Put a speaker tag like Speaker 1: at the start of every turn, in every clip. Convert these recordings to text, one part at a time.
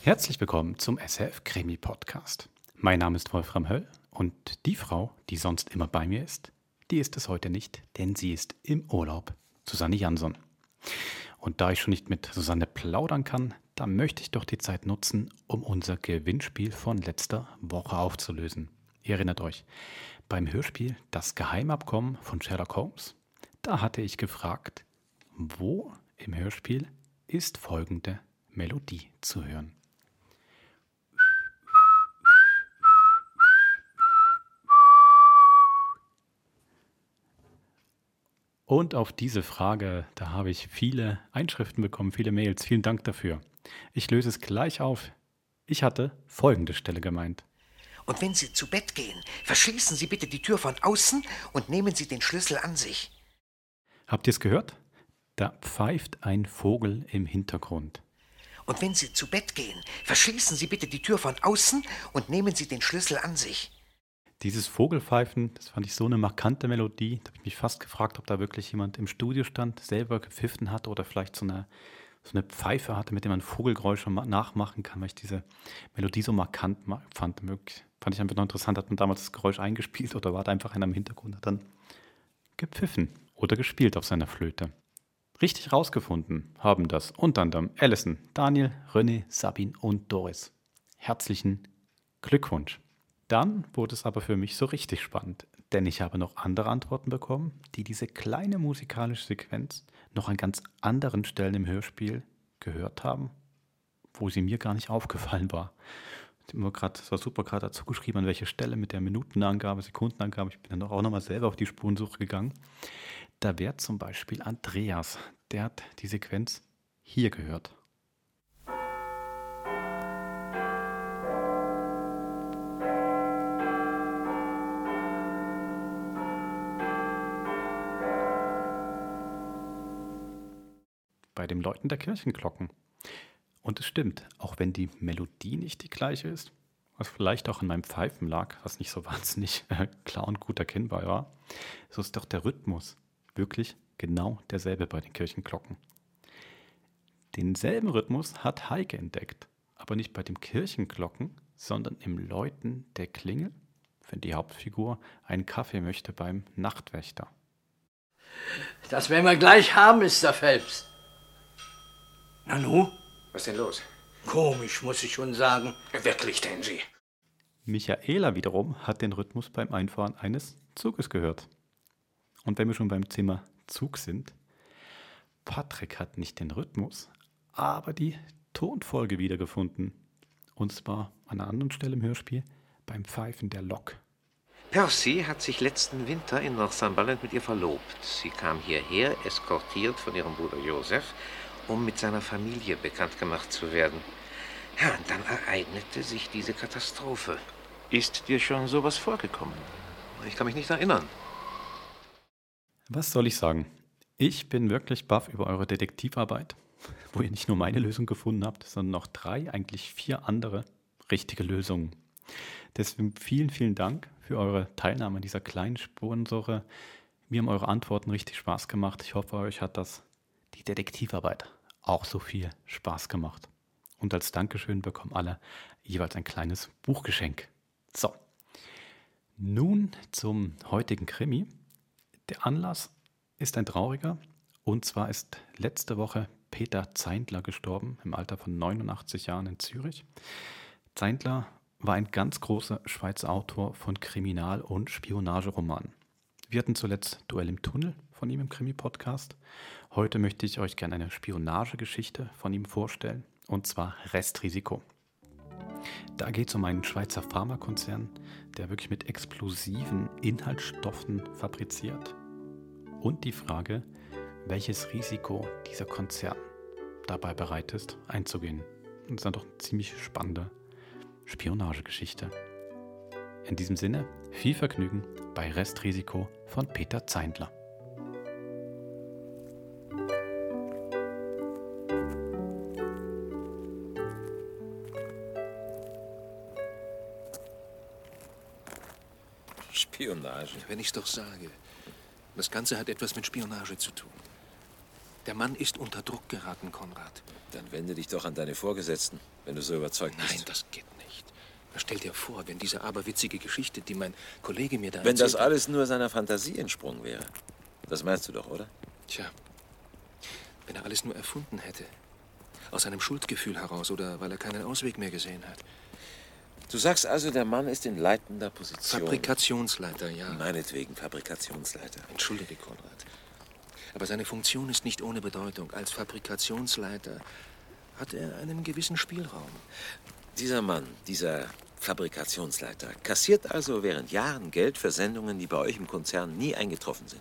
Speaker 1: Herzlich willkommen zum SF Krimi Podcast. Mein Name ist Wolfram Höll und die Frau, die sonst immer bei mir ist, die ist es heute nicht, denn sie ist im Urlaub. Susanne Jansson. Und da ich schon nicht mit Susanne plaudern kann, da möchte ich doch die Zeit nutzen, um unser Gewinnspiel von letzter Woche aufzulösen. Ihr erinnert euch, beim Hörspiel Das Geheimabkommen von Sherlock Holmes, da hatte ich gefragt, wo im Hörspiel ist folgende Melodie zu hören. Und auf diese Frage, da habe ich viele Einschriften bekommen, viele Mails. Vielen Dank dafür. Ich löse es gleich auf. Ich hatte folgende Stelle gemeint.
Speaker 2: Und wenn Sie zu Bett gehen, verschließen Sie bitte die Tür von außen und nehmen Sie den Schlüssel an sich.
Speaker 1: Habt ihr es gehört? Da pfeift ein Vogel im Hintergrund.
Speaker 2: Und wenn Sie zu Bett gehen, verschließen Sie bitte die Tür von außen und nehmen Sie den Schlüssel an sich.
Speaker 1: Dieses Vogelpfeifen, das fand ich so eine markante Melodie. Da habe ich mich fast gefragt, ob da wirklich jemand im Studio stand, selber gepfiffen hat oder vielleicht so eine, so eine Pfeife hatte, mit der man Vogelgeräusche ma- nachmachen kann, weil ich diese Melodie so markant ma- fand. Mög- Fand ich einfach noch interessant. Hat man damals das Geräusch eingespielt oder war da einfach einer im Hintergrund, hat dann gepfiffen oder gespielt auf seiner Flöte. Richtig rausgefunden haben das unter anderem Alison, Daniel, René, Sabine und Doris. Herzlichen Glückwunsch. Dann wurde es aber für mich so richtig spannend, denn ich habe noch andere Antworten bekommen, die diese kleine musikalische Sequenz noch an ganz anderen Stellen im Hörspiel gehört haben, wo sie mir gar nicht aufgefallen war. Ich habe mir grad- Es war super gerade dazu geschrieben, an welche Stelle mit der Minutenangabe, Sekundenangabe. Ich bin dann auch nochmal selber auf die Spurensuche gegangen. Da wäre zum Beispiel Andreas, der hat die Sequenz hier gehört. Bei dem Läuten der Kirchenglocken. Und es stimmt, auch wenn die Melodie nicht die gleiche ist, was vielleicht auch in meinem Pfeifen lag, was nicht so wahnsinnig äh, klar und gut erkennbar war, so ist doch der Rhythmus wirklich genau derselbe bei den Kirchenglocken. Denselben Rhythmus hat Heike entdeckt, aber nicht bei den Kirchenglocken, sondern im Läuten der Klingel, wenn die Hauptfigur einen Kaffee möchte beim Nachtwächter.
Speaker 3: Das werden wir gleich haben, Mr. Phelps. Nanu?
Speaker 4: Was ist denn los?
Speaker 3: Komisch, muss ich schon sagen.
Speaker 4: Wirklich, Denji.
Speaker 1: Michaela wiederum hat den Rhythmus beim Einfahren eines Zuges gehört. Und wenn wir schon beim Thema Zug sind, Patrick hat nicht den Rhythmus, aber die Tonfolge wiedergefunden. Und zwar an einer anderen Stelle im Hörspiel beim Pfeifen der Lok.
Speaker 5: Percy hat sich letzten Winter in Northumberland mit ihr verlobt. Sie kam hierher, eskortiert von ihrem Bruder Joseph, um mit seiner Familie bekannt gemacht zu werden. Ja, und dann ereignete sich diese Katastrophe. Ist dir schon sowas vorgekommen? Ich kann mich nicht erinnern.
Speaker 1: Was soll ich sagen? Ich bin wirklich baff über eure Detektivarbeit, wo ihr nicht nur meine Lösung gefunden habt, sondern auch drei, eigentlich vier andere richtige Lösungen. Deswegen vielen, vielen Dank für eure Teilnahme an dieser kleinen Spurensuche. Mir haben eure Antworten richtig Spaß gemacht. Ich hoffe, euch hat das, die Detektivarbeit, auch so viel Spaß gemacht. Und als Dankeschön bekommen alle jeweils ein kleines Buchgeschenk. So. Nun zum heutigen Krimi. Der Anlass ist ein trauriger. Und zwar ist letzte Woche Peter Zeindler gestorben, im Alter von 89 Jahren in Zürich. Zeindler war ein ganz großer Schweizer Autor von Kriminal- und Spionageromanen. Wir hatten zuletzt Duell im Tunnel von ihm im Krimi-Podcast. Heute möchte ich euch gerne eine Spionagegeschichte von ihm vorstellen, und zwar Restrisiko. Da geht es um einen Schweizer Pharmakonzern, der wirklich mit explosiven Inhaltsstoffen fabriziert. Und die Frage, welches Risiko dieser Konzern dabei bereit ist, einzugehen. Und das ist dann doch eine ziemlich spannende Spionagegeschichte. In diesem Sinne, viel Vergnügen bei Restrisiko von Peter Zeindler.
Speaker 4: Spionage.
Speaker 6: Wenn ich doch sage, das Ganze hat etwas mit Spionage zu tun. Der Mann ist unter Druck geraten, Konrad.
Speaker 7: Dann wende dich doch an deine Vorgesetzten, wenn du so überzeugt bist.
Speaker 6: Nein, das geht nicht. Na, Stell dir vor, wenn diese aberwitzige Geschichte, die mein Kollege mir da
Speaker 7: Wenn das
Speaker 6: erzählt hat-
Speaker 7: alles nur seiner Fantasie entsprungen wäre. Das meinst du doch, oder?
Speaker 6: Tja, wenn er alles nur erfunden hätte. Aus einem Schuldgefühl heraus oder weil er keinen Ausweg mehr gesehen hat.
Speaker 7: Du sagst also, der Mann ist in leitender Position.
Speaker 6: Fabrikationsleiter, ja.
Speaker 7: Meinetwegen Fabrikationsleiter.
Speaker 6: Entschuldige, Konrad. Aber seine Funktion ist nicht ohne Bedeutung. Als Fabrikationsleiter hat er einen gewissen Spielraum.
Speaker 7: Dieser Mann, dieser Fabrikationsleiter, kassiert also während Jahren Geld für Sendungen, die bei euch im Konzern nie eingetroffen sind.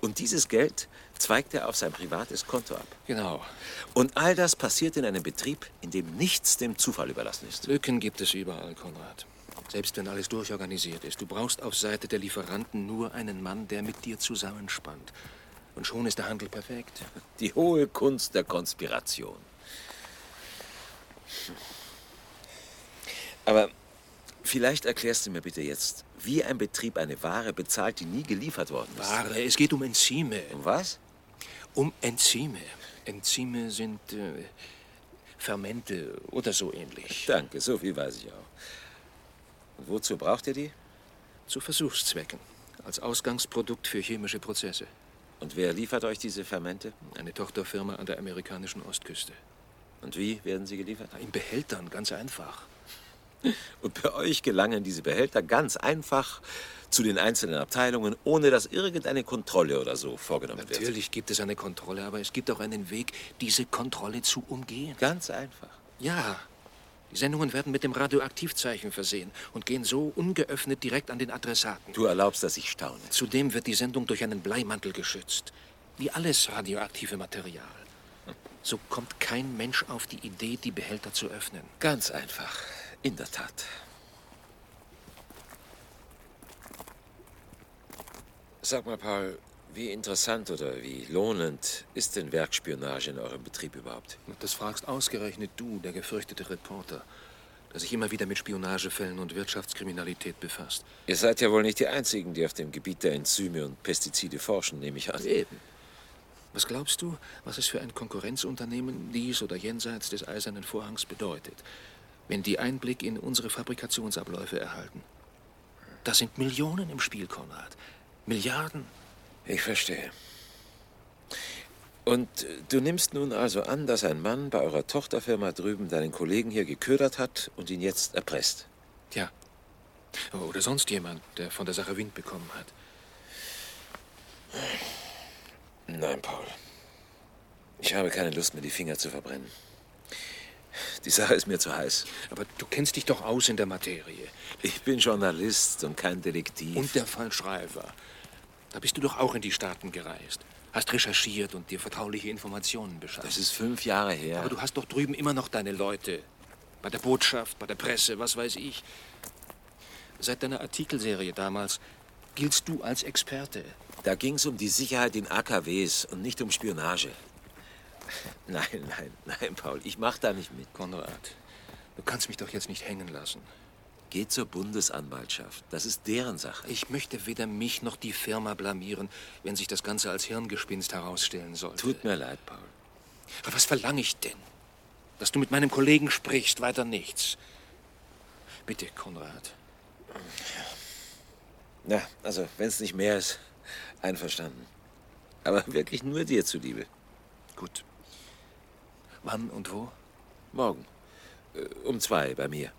Speaker 7: Und dieses Geld zweigt er auf sein privates Konto ab.
Speaker 6: Genau.
Speaker 7: Und all das passiert in einem Betrieb, in dem nichts dem Zufall überlassen ist.
Speaker 6: Lücken gibt es überall, Konrad. Selbst wenn alles durchorganisiert ist, du brauchst auf Seite der Lieferanten nur einen Mann, der mit dir zusammenspannt. Und schon ist der Handel perfekt.
Speaker 7: Die hohe Kunst der Konspiration. Aber vielleicht erklärst du mir bitte jetzt, wie ein Betrieb eine Ware bezahlt, die nie geliefert worden ist.
Speaker 6: Ware, es geht um Enzyme.
Speaker 7: Um was?
Speaker 6: Um Enzyme. Enzyme sind äh, Fermente oder so ähnlich.
Speaker 7: Danke, so viel weiß ich auch. Und wozu braucht ihr die?
Speaker 6: Zu Versuchszwecken. Als Ausgangsprodukt für chemische Prozesse.
Speaker 7: Und wer liefert euch diese Fermente?
Speaker 6: Eine Tochterfirma an der amerikanischen Ostküste.
Speaker 7: Und wie werden sie geliefert?
Speaker 6: In Behältern, ganz einfach.
Speaker 7: Und bei euch gelangen diese Behälter ganz einfach zu den einzelnen Abteilungen, ohne dass irgendeine Kontrolle oder so vorgenommen wird.
Speaker 6: Natürlich gibt es eine Kontrolle, aber es gibt auch einen Weg, diese Kontrolle zu umgehen.
Speaker 7: Ganz einfach.
Speaker 6: Ja. Die Sendungen werden mit dem Radioaktivzeichen versehen und gehen so ungeöffnet direkt an den Adressaten.
Speaker 7: Du erlaubst, dass ich staune.
Speaker 6: Zudem wird die Sendung durch einen Bleimantel geschützt. Wie alles radioaktive Material. So kommt kein Mensch auf die Idee, die Behälter zu öffnen.
Speaker 7: Ganz einfach. In der Tat. Sag mal, Paul, wie interessant oder wie lohnend ist denn Werkspionage in eurem Betrieb überhaupt?
Speaker 6: Das fragst ausgerechnet du, der gefürchtete Reporter, der sich immer wieder mit Spionagefällen und Wirtschaftskriminalität befasst.
Speaker 7: Ihr seid ja wohl nicht die Einzigen, die auf dem Gebiet der Enzyme und Pestizide forschen, nehme ich an.
Speaker 6: Eben. Was glaubst du, was es für ein Konkurrenzunternehmen dies oder jenseits des eisernen Vorhangs bedeutet, wenn die Einblick in unsere Fabrikationsabläufe erhalten? Da sind Millionen im Spiel, Konrad. Milliarden.
Speaker 7: Ich verstehe. Und äh, du nimmst nun also an, dass ein Mann bei eurer Tochterfirma drüben deinen Kollegen hier geködert hat und ihn jetzt erpresst.
Speaker 6: Tja. Oder sonst jemand, der von der Sache Wind bekommen hat.
Speaker 7: Nein, Paul. Ich habe keine Lust, mir die Finger zu verbrennen. Die Sache ist mir zu heiß.
Speaker 6: Aber du kennst dich doch aus in der Materie.
Speaker 7: Ich bin Journalist und kein Detektiv.
Speaker 6: Und der Fallschreiber. Da bist du doch auch in die Staaten gereist. Hast recherchiert und dir vertrauliche Informationen beschafft.
Speaker 7: das ist fünf Jahre her.
Speaker 6: Aber du hast doch drüben immer noch deine Leute. Bei der Botschaft, bei der Presse, was weiß ich. Seit deiner Artikelserie damals giltst du als Experte.
Speaker 7: Da ging es um die Sicherheit in AKWs und nicht um Spionage. Nein, nein, nein, Paul, ich mach da nicht mit.
Speaker 6: Konrad, du kannst mich doch jetzt nicht hängen lassen.
Speaker 7: Geh zur Bundesanwaltschaft. Das ist deren Sache.
Speaker 6: Ich möchte weder mich noch die Firma blamieren, wenn sich das Ganze als Hirngespinst herausstellen sollte.
Speaker 7: Tut mir leid, Paul.
Speaker 6: Aber was verlange ich denn? Dass du mit meinem Kollegen sprichst, weiter nichts. Bitte, Konrad.
Speaker 7: Na, also, wenn es nicht mehr ist, einverstanden. Aber wirklich nur dir zuliebe.
Speaker 6: Gut. Wann und wo?
Speaker 7: Morgen. Äh, Um zwei bei mir.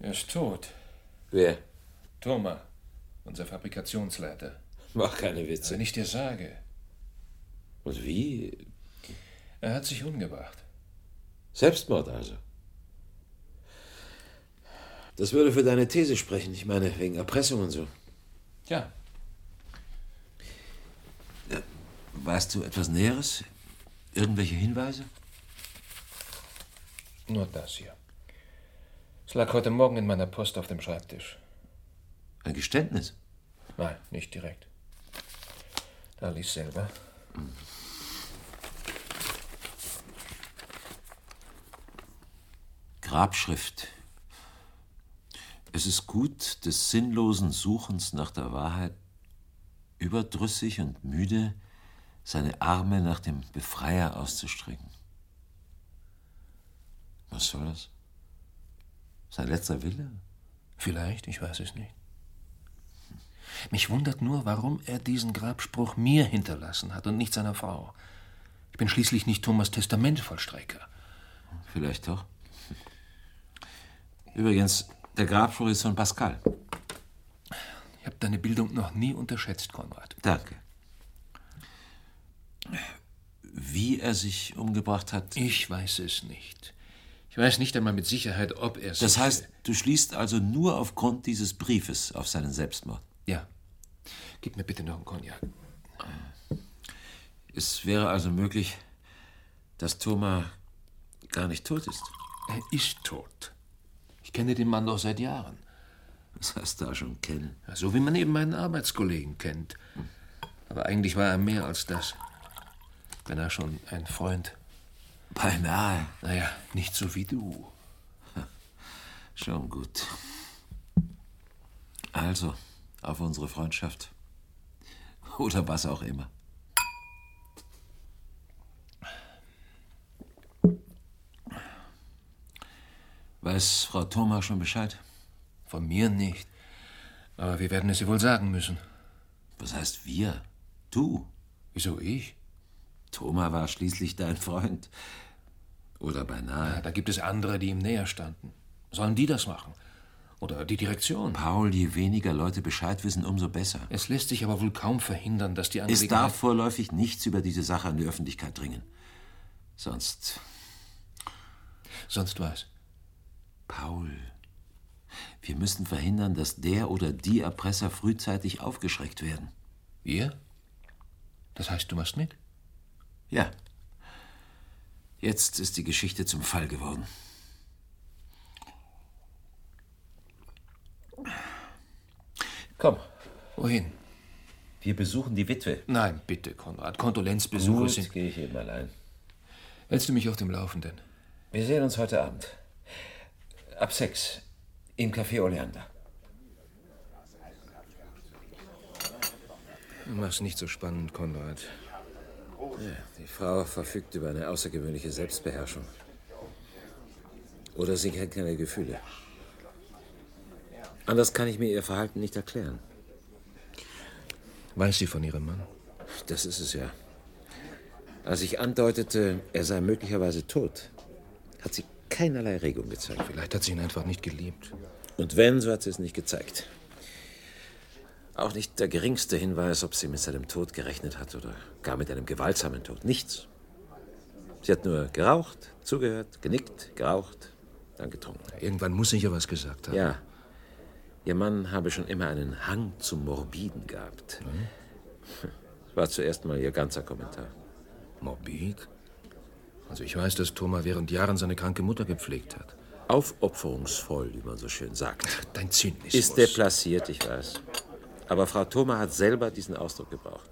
Speaker 6: Er ist tot.
Speaker 7: Wer?
Speaker 6: Thoma, unser Fabrikationsleiter.
Speaker 7: Mach keine Witze.
Speaker 6: Wenn ich dir sage,
Speaker 7: Und wie?
Speaker 6: er hat sich umgebracht.
Speaker 7: Selbstmord also. Das würde für deine These sprechen. Ich meine, wegen Erpressung und so.
Speaker 6: Ja,
Speaker 7: Weißt du etwas Näheres? Irgendwelche Hinweise?
Speaker 6: nur das hier. Es lag heute Morgen in meiner Post auf dem Schreibtisch.
Speaker 7: Ein Geständnis?
Speaker 6: Nein, nicht direkt. Da lies selber.
Speaker 7: Grabschrift. Es ist gut, des sinnlosen Suchens nach der Wahrheit überdrüssig und müde, seine Arme nach dem Befreier auszustrecken. Was soll das? Sein letzter Wille?
Speaker 6: Vielleicht, ich weiß es nicht. Mich wundert nur, warum er diesen Grabspruch mir hinterlassen hat und nicht seiner Frau. Ich bin schließlich nicht Thomas Testamentvollstrecker.
Speaker 7: Vielleicht doch. Übrigens, der Grabspruch ist von Pascal.
Speaker 6: Ich habe deine Bildung noch nie unterschätzt, Konrad.
Speaker 7: Danke. Wie er sich umgebracht hat.
Speaker 6: Ich weiß es nicht. Ich weiß nicht einmal mit Sicherheit, ob er es.
Speaker 7: Das heißt, du schließt also nur aufgrund dieses Briefes auf seinen Selbstmord.
Speaker 6: Ja. Gib mir bitte noch einen Cognac.
Speaker 7: Es wäre also möglich, dass Thoma gar nicht tot ist.
Speaker 6: Er ist tot. Ich kenne den Mann doch seit Jahren.
Speaker 7: Was heißt da schon kennen?
Speaker 6: Ja, So wie man eben meinen Arbeitskollegen kennt. Aber eigentlich war er mehr als das. Wenn er schon ein Freund.
Speaker 7: Beinahe.
Speaker 6: Naja, nicht so wie du.
Speaker 7: Schon gut. Also, auf unsere Freundschaft. Oder was auch immer. Weiß Frau Thoma schon Bescheid?
Speaker 6: Von mir nicht. Aber wir werden es ihr wohl sagen müssen.
Speaker 7: Was heißt wir? Du.
Speaker 6: Wieso ich?
Speaker 7: Thoma war schließlich dein Freund. Oder
Speaker 6: Ja,
Speaker 7: beinahe.
Speaker 6: da gibt es andere, die ihm näher standen. Sollen die das machen? Oder die Direktion?
Speaker 7: Paul, je weniger Leute Bescheid wissen, umso besser.
Speaker 6: Es lässt sich aber wohl kaum verhindern, dass die
Speaker 7: Es
Speaker 6: Angelegenheit...
Speaker 7: darf vorläufig nichts über diese Sache an die Öffentlichkeit dringen. Sonst
Speaker 6: Sonst was.
Speaker 7: Paul, wir müssen verhindern, dass der oder die Erpresser frühzeitig aufgeschreckt werden.
Speaker 6: Wir? Das heißt, du machst mit?
Speaker 7: Ja. Jetzt ist die Geschichte zum Fall geworden. Komm,
Speaker 6: Wohin?
Speaker 7: wir besuchen die Witwe.
Speaker 6: Nein, bitte, Konrad. Kondolenzbesuche sind...
Speaker 7: gehe ich eben allein.
Speaker 6: Hältst du mich auf dem Laufenden?
Speaker 7: Wir sehen uns heute Abend. Ab sechs. Im Café Oleander.
Speaker 6: Mach's nicht so spannend, Konrad.
Speaker 7: Die Frau verfügt über eine außergewöhnliche Selbstbeherrschung. Oder sie kennt keine Gefühle. Anders kann ich mir ihr Verhalten nicht erklären.
Speaker 6: Weiß sie von ihrem Mann?
Speaker 7: Das ist es ja. Als ich andeutete, er sei möglicherweise tot, hat sie keinerlei Regung gezeigt.
Speaker 6: Vielleicht hat sie ihn einfach nicht geliebt.
Speaker 7: Und wenn, so hat sie es nicht gezeigt. Auch nicht der geringste Hinweis, ob sie mit seinem Tod gerechnet hat oder gar mit einem gewaltsamen Tod. Nichts. Sie hat nur geraucht, zugehört, genickt, geraucht, dann getrunken.
Speaker 6: Irgendwann muss ich ja was gesagt haben.
Speaker 7: Ja. Ihr Mann habe schon immer einen Hang zum Morbiden gehabt. Hm. War zuerst mal ihr ganzer Kommentar.
Speaker 6: Morbid? Also ich weiß, dass Thomas während Jahren seine kranke Mutter gepflegt hat.
Speaker 7: Aufopferungsvoll, wie man so schön sagt.
Speaker 6: Dein Zynismus.
Speaker 7: Ist deplaciert, ich weiß. Aber Frau Thoma hat selber diesen Ausdruck gebraucht.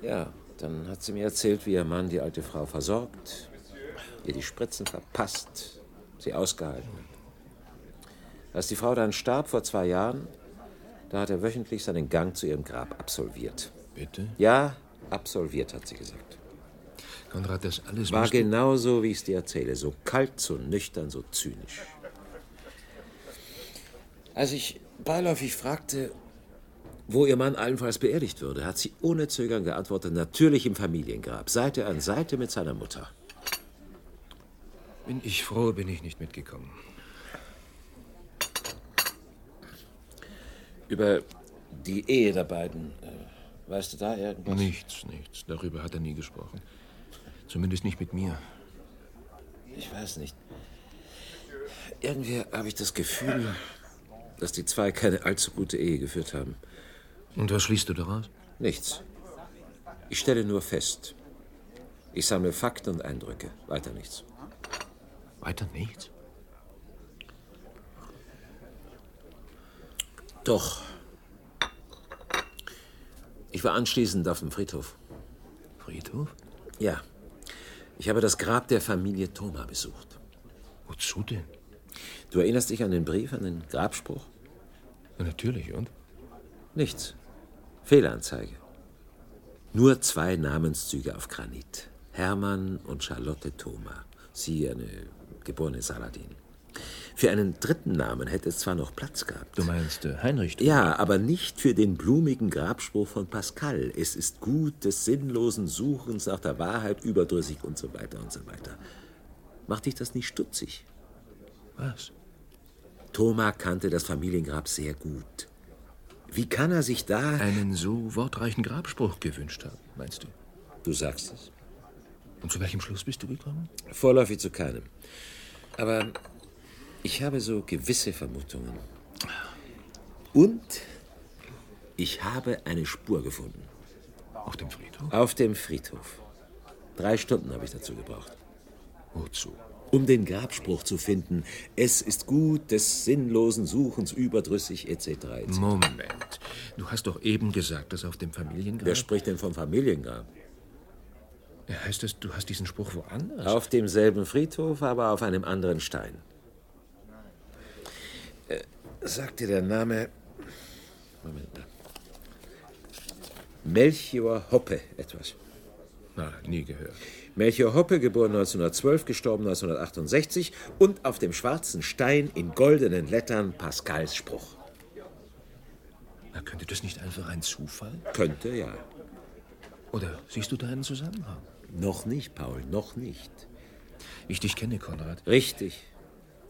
Speaker 7: Ja, dann hat sie mir erzählt, wie ihr Mann die alte Frau versorgt, ihr die Spritzen verpasst, sie ausgehalten. hat. Als die Frau dann starb vor zwei Jahren, da hat er wöchentlich seinen Gang zu ihrem Grab absolviert.
Speaker 6: Bitte?
Speaker 7: Ja, absolviert, hat sie gesagt.
Speaker 6: Konrad, das alles
Speaker 7: War
Speaker 6: musst du-
Speaker 7: genau so, wie ich es dir erzähle. So kalt, so nüchtern, so zynisch. Als ich beiläufig fragte, wo ihr Mann allenfalls beerdigt würde, hat sie ohne Zögern geantwortet, natürlich im Familiengrab, Seite an Seite mit seiner Mutter.
Speaker 6: Bin ich froh, bin ich nicht mitgekommen.
Speaker 7: Über die Ehe der beiden, äh, weißt du da irgendwas?
Speaker 6: Nichts, nichts. Darüber hat er nie gesprochen. Zumindest nicht mit mir.
Speaker 7: Ich weiß nicht. Irgendwie habe ich das Gefühl, dass die zwei keine allzu gute Ehe geführt haben.
Speaker 6: Und was schließt du daraus?
Speaker 7: Nichts. Ich stelle nur fest. Ich sammle Fakten und Eindrücke. Weiter nichts.
Speaker 6: Weiter nichts?
Speaker 7: Doch. Ich war anschließend auf dem Friedhof.
Speaker 6: Friedhof?
Speaker 7: Ja. Ich habe das Grab der Familie Thoma besucht.
Speaker 6: Wozu denn?
Speaker 7: Du erinnerst dich an den Brief, an den Grabspruch?
Speaker 6: Na, natürlich, und?
Speaker 7: Nichts. Fehlanzeige. Nur zwei Namenszüge auf Granit. Hermann und Charlotte Thoma. Sie eine geborene Saladin. Für einen dritten Namen hätte es zwar noch Platz gehabt.
Speaker 6: Du meinst äh, Heinrich?
Speaker 7: Ja, aber nicht für den blumigen Grabspruch von Pascal. Es ist gut des sinnlosen Suchens nach der Wahrheit überdrüssig und so weiter und so weiter. Macht dich das nicht stutzig?
Speaker 6: Was?
Speaker 7: Thoma kannte das Familiengrab sehr gut. Wie kann er sich da...
Speaker 6: Einen so wortreichen Grabspruch gewünscht haben, meinst du?
Speaker 7: Du sagst es.
Speaker 6: Und zu welchem Schluss bist du gekommen?
Speaker 7: Vorläufig zu keinem. Aber ich habe so gewisse Vermutungen. Und ich habe eine Spur gefunden.
Speaker 6: Auf dem Friedhof?
Speaker 7: Auf dem Friedhof. Drei Stunden habe ich dazu gebraucht.
Speaker 6: Wozu?
Speaker 7: Um den Grabspruch zu finden. Es ist gut des sinnlosen Suchens überdrüssig etc. etc.
Speaker 6: Moment. Du hast doch eben gesagt, dass auf dem
Speaker 7: Wer
Speaker 6: Familiengrab.
Speaker 7: spricht denn vom Familiengrab?
Speaker 6: heißt das, du hast diesen Spruch woanders?
Speaker 7: Auf demselben Friedhof, aber auf einem anderen Stein. Äh, sagt dir der Name. Moment. Melchior Hoppe etwas.
Speaker 6: Na, nie gehört.
Speaker 7: Melchior Hoppe, geboren 1912, gestorben 1968 und auf dem schwarzen Stein in goldenen Lettern Pascals Spruch.
Speaker 6: Na, könnte das nicht einfach ein Zufall?
Speaker 7: Könnte ja.
Speaker 6: Oder siehst du da einen Zusammenhang?
Speaker 7: Noch nicht, Paul, noch nicht.
Speaker 6: Wie ich dich kenne, Konrad.
Speaker 7: Richtig.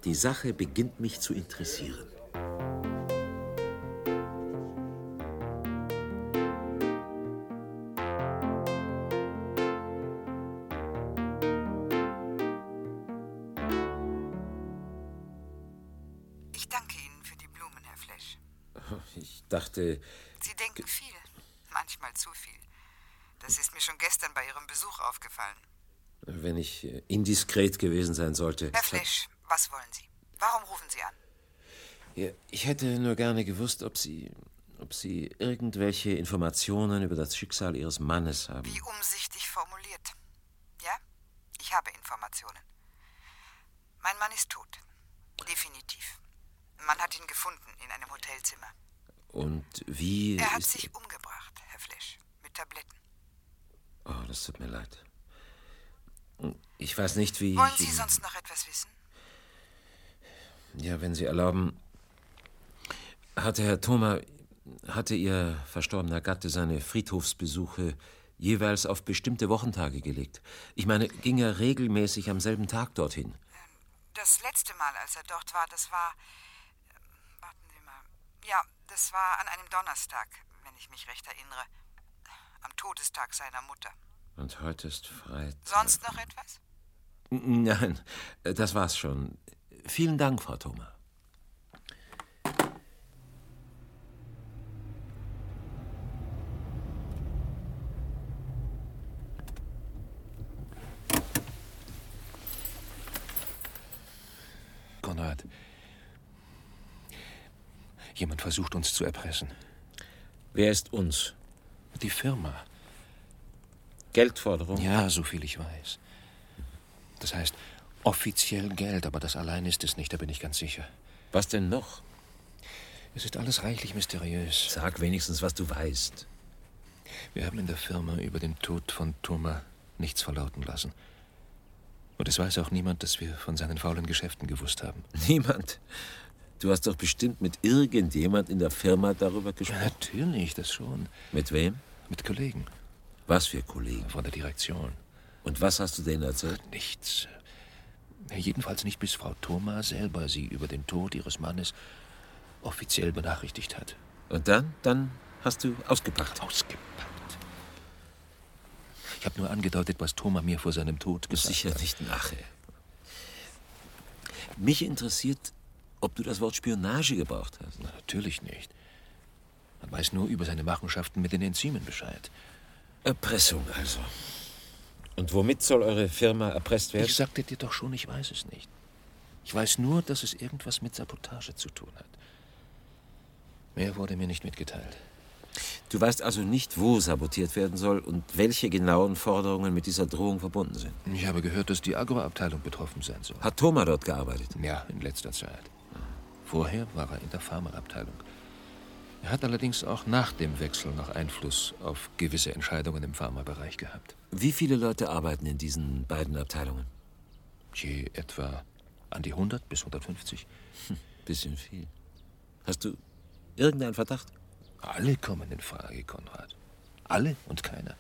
Speaker 7: Die Sache beginnt mich zu interessieren.
Speaker 8: Ich danke Ihnen für die Blumen, Herr Flesch.
Speaker 7: Ich dachte,
Speaker 8: Sie denken viel, manchmal zu viel. Das ist mir schon gestern bei Ihrem Besuch aufgefallen.
Speaker 7: wenn ich äh, indiskret gewesen sein sollte.
Speaker 8: Herr Flesch, was wollen Sie? Warum rufen Sie an?
Speaker 7: Ja, ich hätte nur gerne gewusst, ob Sie, ob Sie irgendwelche Informationen über das Schicksal Ihres Mannes haben.
Speaker 8: Wie umsichtig formuliert. Ja, ich habe Informationen. Mein Mann ist tot. Definitiv. Man hat ihn gefunden in einem Hotelzimmer.
Speaker 7: Und wie
Speaker 8: Er hat
Speaker 7: ist...
Speaker 8: sich umgebracht, Herr Flesch, mit Tabletten.
Speaker 7: Oh, das tut mir leid. Ich weiß nicht, wie...
Speaker 8: Wollen Sie sonst noch etwas wissen?
Speaker 7: Ja, wenn Sie erlauben. Hatte Herr Thoma, hatte Ihr verstorbener Gatte seine Friedhofsbesuche jeweils auf bestimmte Wochentage gelegt? Ich meine, ging er regelmäßig am selben Tag dorthin?
Speaker 8: Das letzte Mal, als er dort war, das war. ähm, Warten Sie mal. Ja, das war an einem Donnerstag, wenn ich mich recht erinnere. Am Todestag seiner Mutter.
Speaker 7: Und heute ist Freitag.
Speaker 8: Sonst noch etwas?
Speaker 7: Nein, das war's schon. Vielen Dank, Frau Thoma.
Speaker 6: Konrad. Jemand versucht uns zu erpressen.
Speaker 7: Wer ist uns?
Speaker 6: Die Firma.
Speaker 7: Geldforderung?
Speaker 6: Ja, so viel ich weiß. Das heißt, offiziell Geld, aber das allein ist es nicht, da bin ich ganz sicher.
Speaker 7: Was denn noch?
Speaker 6: Es ist alles reichlich mysteriös.
Speaker 7: Sag wenigstens, was du weißt.
Speaker 6: Wir haben in der Firma über den Tod von Thoma nichts verlauten lassen. Und es weiß auch niemand, dass wir von seinen faulen Geschäften gewusst haben.
Speaker 7: Niemand. Du hast doch bestimmt mit irgendjemand in der Firma darüber gesprochen.
Speaker 6: natürlich, das schon.
Speaker 7: Mit wem?
Speaker 6: Mit Kollegen
Speaker 7: Was für Kollegen?
Speaker 6: von der Direktion.
Speaker 7: Und was hast du denen erzählt?
Speaker 6: Nichts. Jedenfalls nicht, bis Frau Thoma selber sie über den Tod ihres Mannes offiziell benachrichtigt hat.
Speaker 7: Und dann? Dann hast du ausgepackt.
Speaker 6: Ausgepackt. Ich habe nur angedeutet, was Thoma mir vor seinem Tod gesagt
Speaker 7: Sicher
Speaker 6: hat.
Speaker 7: nicht Nache. Mich interessiert, ob du das Wort Spionage gebraucht hast.
Speaker 6: Na, Natürlich nicht. Man weiß nur über seine Machenschaften mit den Enzymen Bescheid.
Speaker 7: Erpressung also. Und womit soll eure Firma erpresst werden?
Speaker 6: Ich sagte dir doch schon, ich weiß es nicht. Ich weiß nur, dass es irgendwas mit Sabotage zu tun hat. Mehr wurde mir nicht mitgeteilt.
Speaker 7: Du weißt also nicht, wo sabotiert werden soll und welche genauen Forderungen mit dieser Drohung verbunden sind.
Speaker 6: Ich habe gehört, dass die Agroabteilung betroffen sein soll.
Speaker 7: Hat Thoma dort gearbeitet?
Speaker 6: Ja, in letzter Zeit. Vorher war er in der Pharmaabteilung. Er hat allerdings auch nach dem Wechsel noch Einfluss auf gewisse Entscheidungen im Pharmabereich gehabt.
Speaker 7: Wie viele Leute arbeiten in diesen beiden Abteilungen?
Speaker 6: Je etwa an die 100 bis 150.
Speaker 7: Bisschen viel. Hast du irgendeinen Verdacht?
Speaker 6: Alle kommen in Frage, Konrad. Alle und keiner.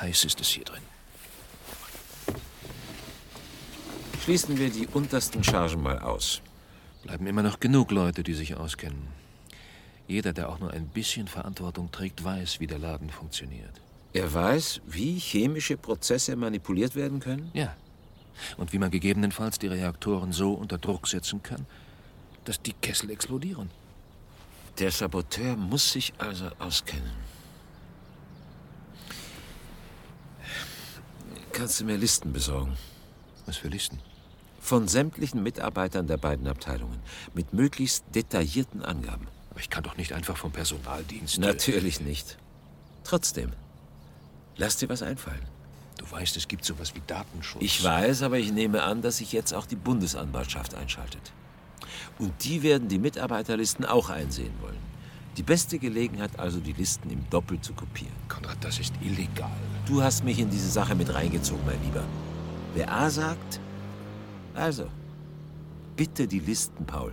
Speaker 6: Heiß ist es hier drin.
Speaker 7: Schließen wir die untersten Chargen mal aus.
Speaker 6: Bleiben immer noch genug Leute, die sich auskennen. Jeder, der auch nur ein bisschen Verantwortung trägt, weiß, wie der Laden funktioniert.
Speaker 7: Er weiß, wie chemische Prozesse manipuliert werden können?
Speaker 6: Ja. Und wie man gegebenenfalls die Reaktoren so unter Druck setzen kann, dass die Kessel explodieren.
Speaker 7: Der Saboteur muss sich also auskennen. Kannst du mir Listen besorgen?
Speaker 6: Was für Listen?
Speaker 7: Von sämtlichen Mitarbeitern der beiden Abteilungen. Mit möglichst detaillierten Angaben.
Speaker 6: Aber ich kann doch nicht einfach vom Personaldienst.
Speaker 7: Natürlich nicht. Trotzdem, lass dir was einfallen.
Speaker 6: Du weißt, es gibt sowas wie Datenschutz.
Speaker 7: Ich weiß, aber ich nehme an, dass sich jetzt auch die Bundesanwaltschaft einschaltet. Und die werden die Mitarbeiterlisten auch einsehen wollen. Die beste Gelegenheit also, die Listen im Doppel zu kopieren.
Speaker 6: Konrad, das ist illegal.
Speaker 7: Du hast mich in diese Sache mit reingezogen, mein Lieber. Wer A sagt, also, bitte die Listen, Paul.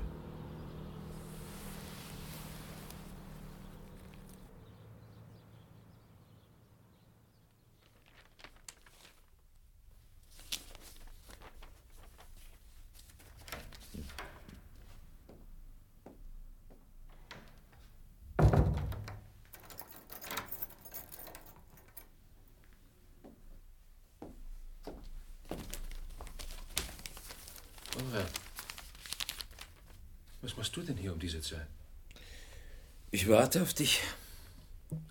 Speaker 6: Was machst du denn hier um diese Zeit?
Speaker 7: Ich warte auf dich.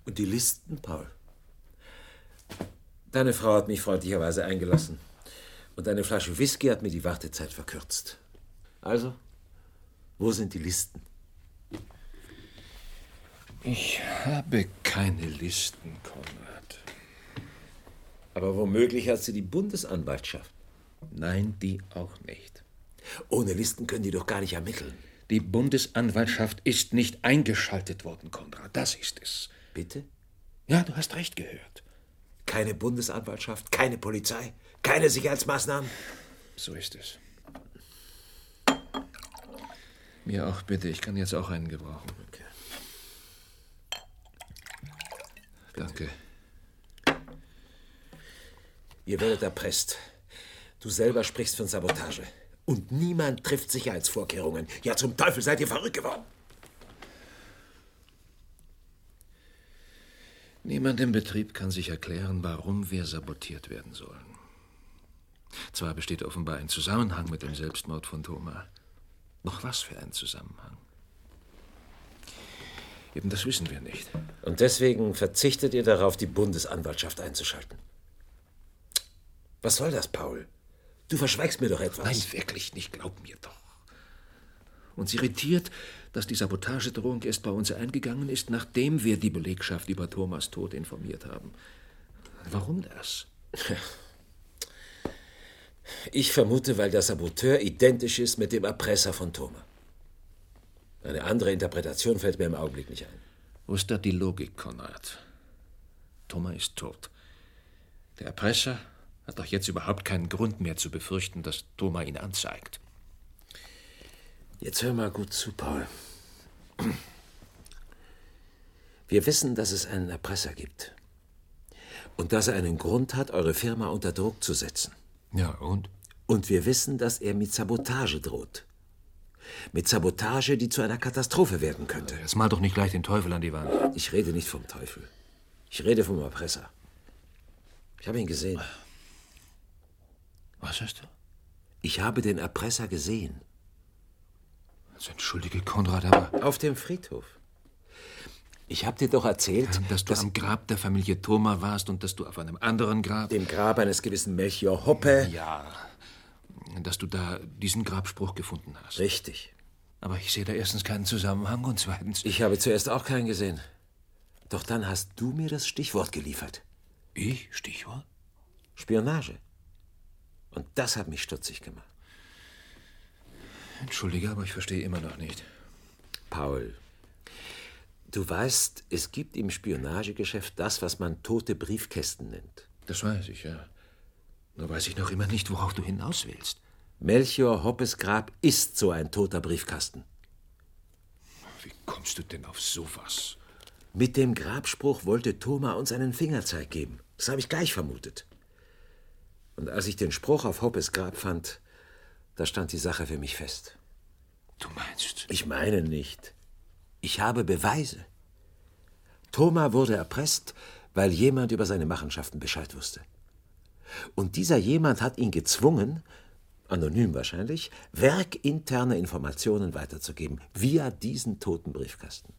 Speaker 7: Und die Listen, Paul. Deine Frau hat mich freundlicherweise eingelassen. Und eine Flasche Whisky hat mir die Wartezeit verkürzt. Also, wo sind die Listen?
Speaker 6: Ich habe keine Listen, Konrad.
Speaker 7: Aber womöglich hat sie die Bundesanwaltschaft.
Speaker 6: Nein, die auch nicht.
Speaker 7: Ohne Listen können die doch gar nicht ermitteln.
Speaker 6: Die Bundesanwaltschaft ist nicht eingeschaltet worden, Konrad. Das ist es.
Speaker 7: Bitte?
Speaker 6: Ja, du hast recht gehört.
Speaker 7: Keine Bundesanwaltschaft, keine Polizei, keine Sicherheitsmaßnahmen.
Speaker 6: So ist es. Mir auch bitte. Ich kann jetzt auch einen gebrauchen.
Speaker 7: Okay.
Speaker 6: Danke.
Speaker 7: Ihr werdet erpresst. Du selber sprichst von Sabotage. Und niemand trifft Sicherheitsvorkehrungen. Ja, zum Teufel seid ihr verrückt geworden.
Speaker 6: Niemand im Betrieb kann sich erklären, warum wir sabotiert werden sollen. Zwar besteht offenbar ein Zusammenhang mit dem Selbstmord von Thoma. Doch was für ein Zusammenhang? Eben das wissen wir nicht.
Speaker 7: Und deswegen verzichtet ihr darauf, die Bundesanwaltschaft einzuschalten. Was soll das, Paul? Du verschweigst mir doch etwas.
Speaker 6: Nein, wirklich nicht. Glaub mir doch. Uns irritiert, dass die Sabotagedrohung erst bei uns eingegangen ist, nachdem wir die Belegschaft über Thomas Tod informiert haben. Warum das?
Speaker 7: Ich vermute, weil der Saboteur identisch ist mit dem Erpresser von Thoma. Eine andere Interpretation fällt mir im Augenblick nicht ein.
Speaker 6: Wo ist da die Logik, Konrad? Thomas ist tot. Der Erpresser hat doch jetzt überhaupt keinen Grund mehr zu befürchten, dass Thomas ihn anzeigt.
Speaker 7: Jetzt hör mal gut zu, Paul. Wir wissen, dass es einen Erpresser gibt. Und dass er einen Grund hat, eure Firma unter Druck zu setzen.
Speaker 6: Ja, und?
Speaker 7: Und wir wissen, dass er mit Sabotage droht. Mit Sabotage, die zu einer Katastrophe werden könnte.
Speaker 6: Jetzt mal doch nicht gleich den Teufel an die Wand.
Speaker 7: Ich rede nicht vom Teufel. Ich rede vom Erpresser. Ich habe ihn gesehen.
Speaker 6: Was hast du?
Speaker 7: Ich habe den Erpresser gesehen.
Speaker 6: Also entschuldige, Konrad, aber
Speaker 7: Auf dem Friedhof. Ich habe dir doch erzählt,
Speaker 6: dass du am Grab der Familie Thoma warst und dass du auf einem anderen Grab,
Speaker 7: dem Grab eines gewissen Melchior Hoppe.
Speaker 6: dass du da diesen Grabspruch gefunden hast.
Speaker 7: Richtig.
Speaker 6: Aber ich sehe da erstens keinen Zusammenhang und zweitens.
Speaker 7: Ich habe zuerst auch keinen gesehen. Doch dann hast du mir das Stichwort geliefert.
Speaker 6: Ich? Stichwort?
Speaker 7: Spionage. Und das hat mich stutzig gemacht.
Speaker 6: Entschuldige, aber ich verstehe immer noch nicht.
Speaker 7: Paul, du weißt, es gibt im Spionagegeschäft das, was man tote Briefkästen nennt.
Speaker 6: Das weiß ich, ja. Nur weiß ich noch immer nicht, worauf du hinaus willst.
Speaker 7: Melchior Hoppes Grab ist so ein toter Briefkasten.
Speaker 6: Wie kommst du denn auf sowas?
Speaker 7: Mit dem Grabspruch wollte Thoma uns einen Fingerzeig geben. Das habe ich gleich vermutet. Und als ich den Spruch auf Hoppes Grab fand, da stand die Sache für mich fest.
Speaker 6: Du meinst.
Speaker 7: Ich meine nicht. Ich habe Beweise. Thoma wurde erpresst, weil jemand über seine Machenschaften Bescheid wusste. Und dieser jemand hat ihn gezwungen, anonym wahrscheinlich, werkinterne Informationen weiterzugeben, via diesen toten Briefkasten.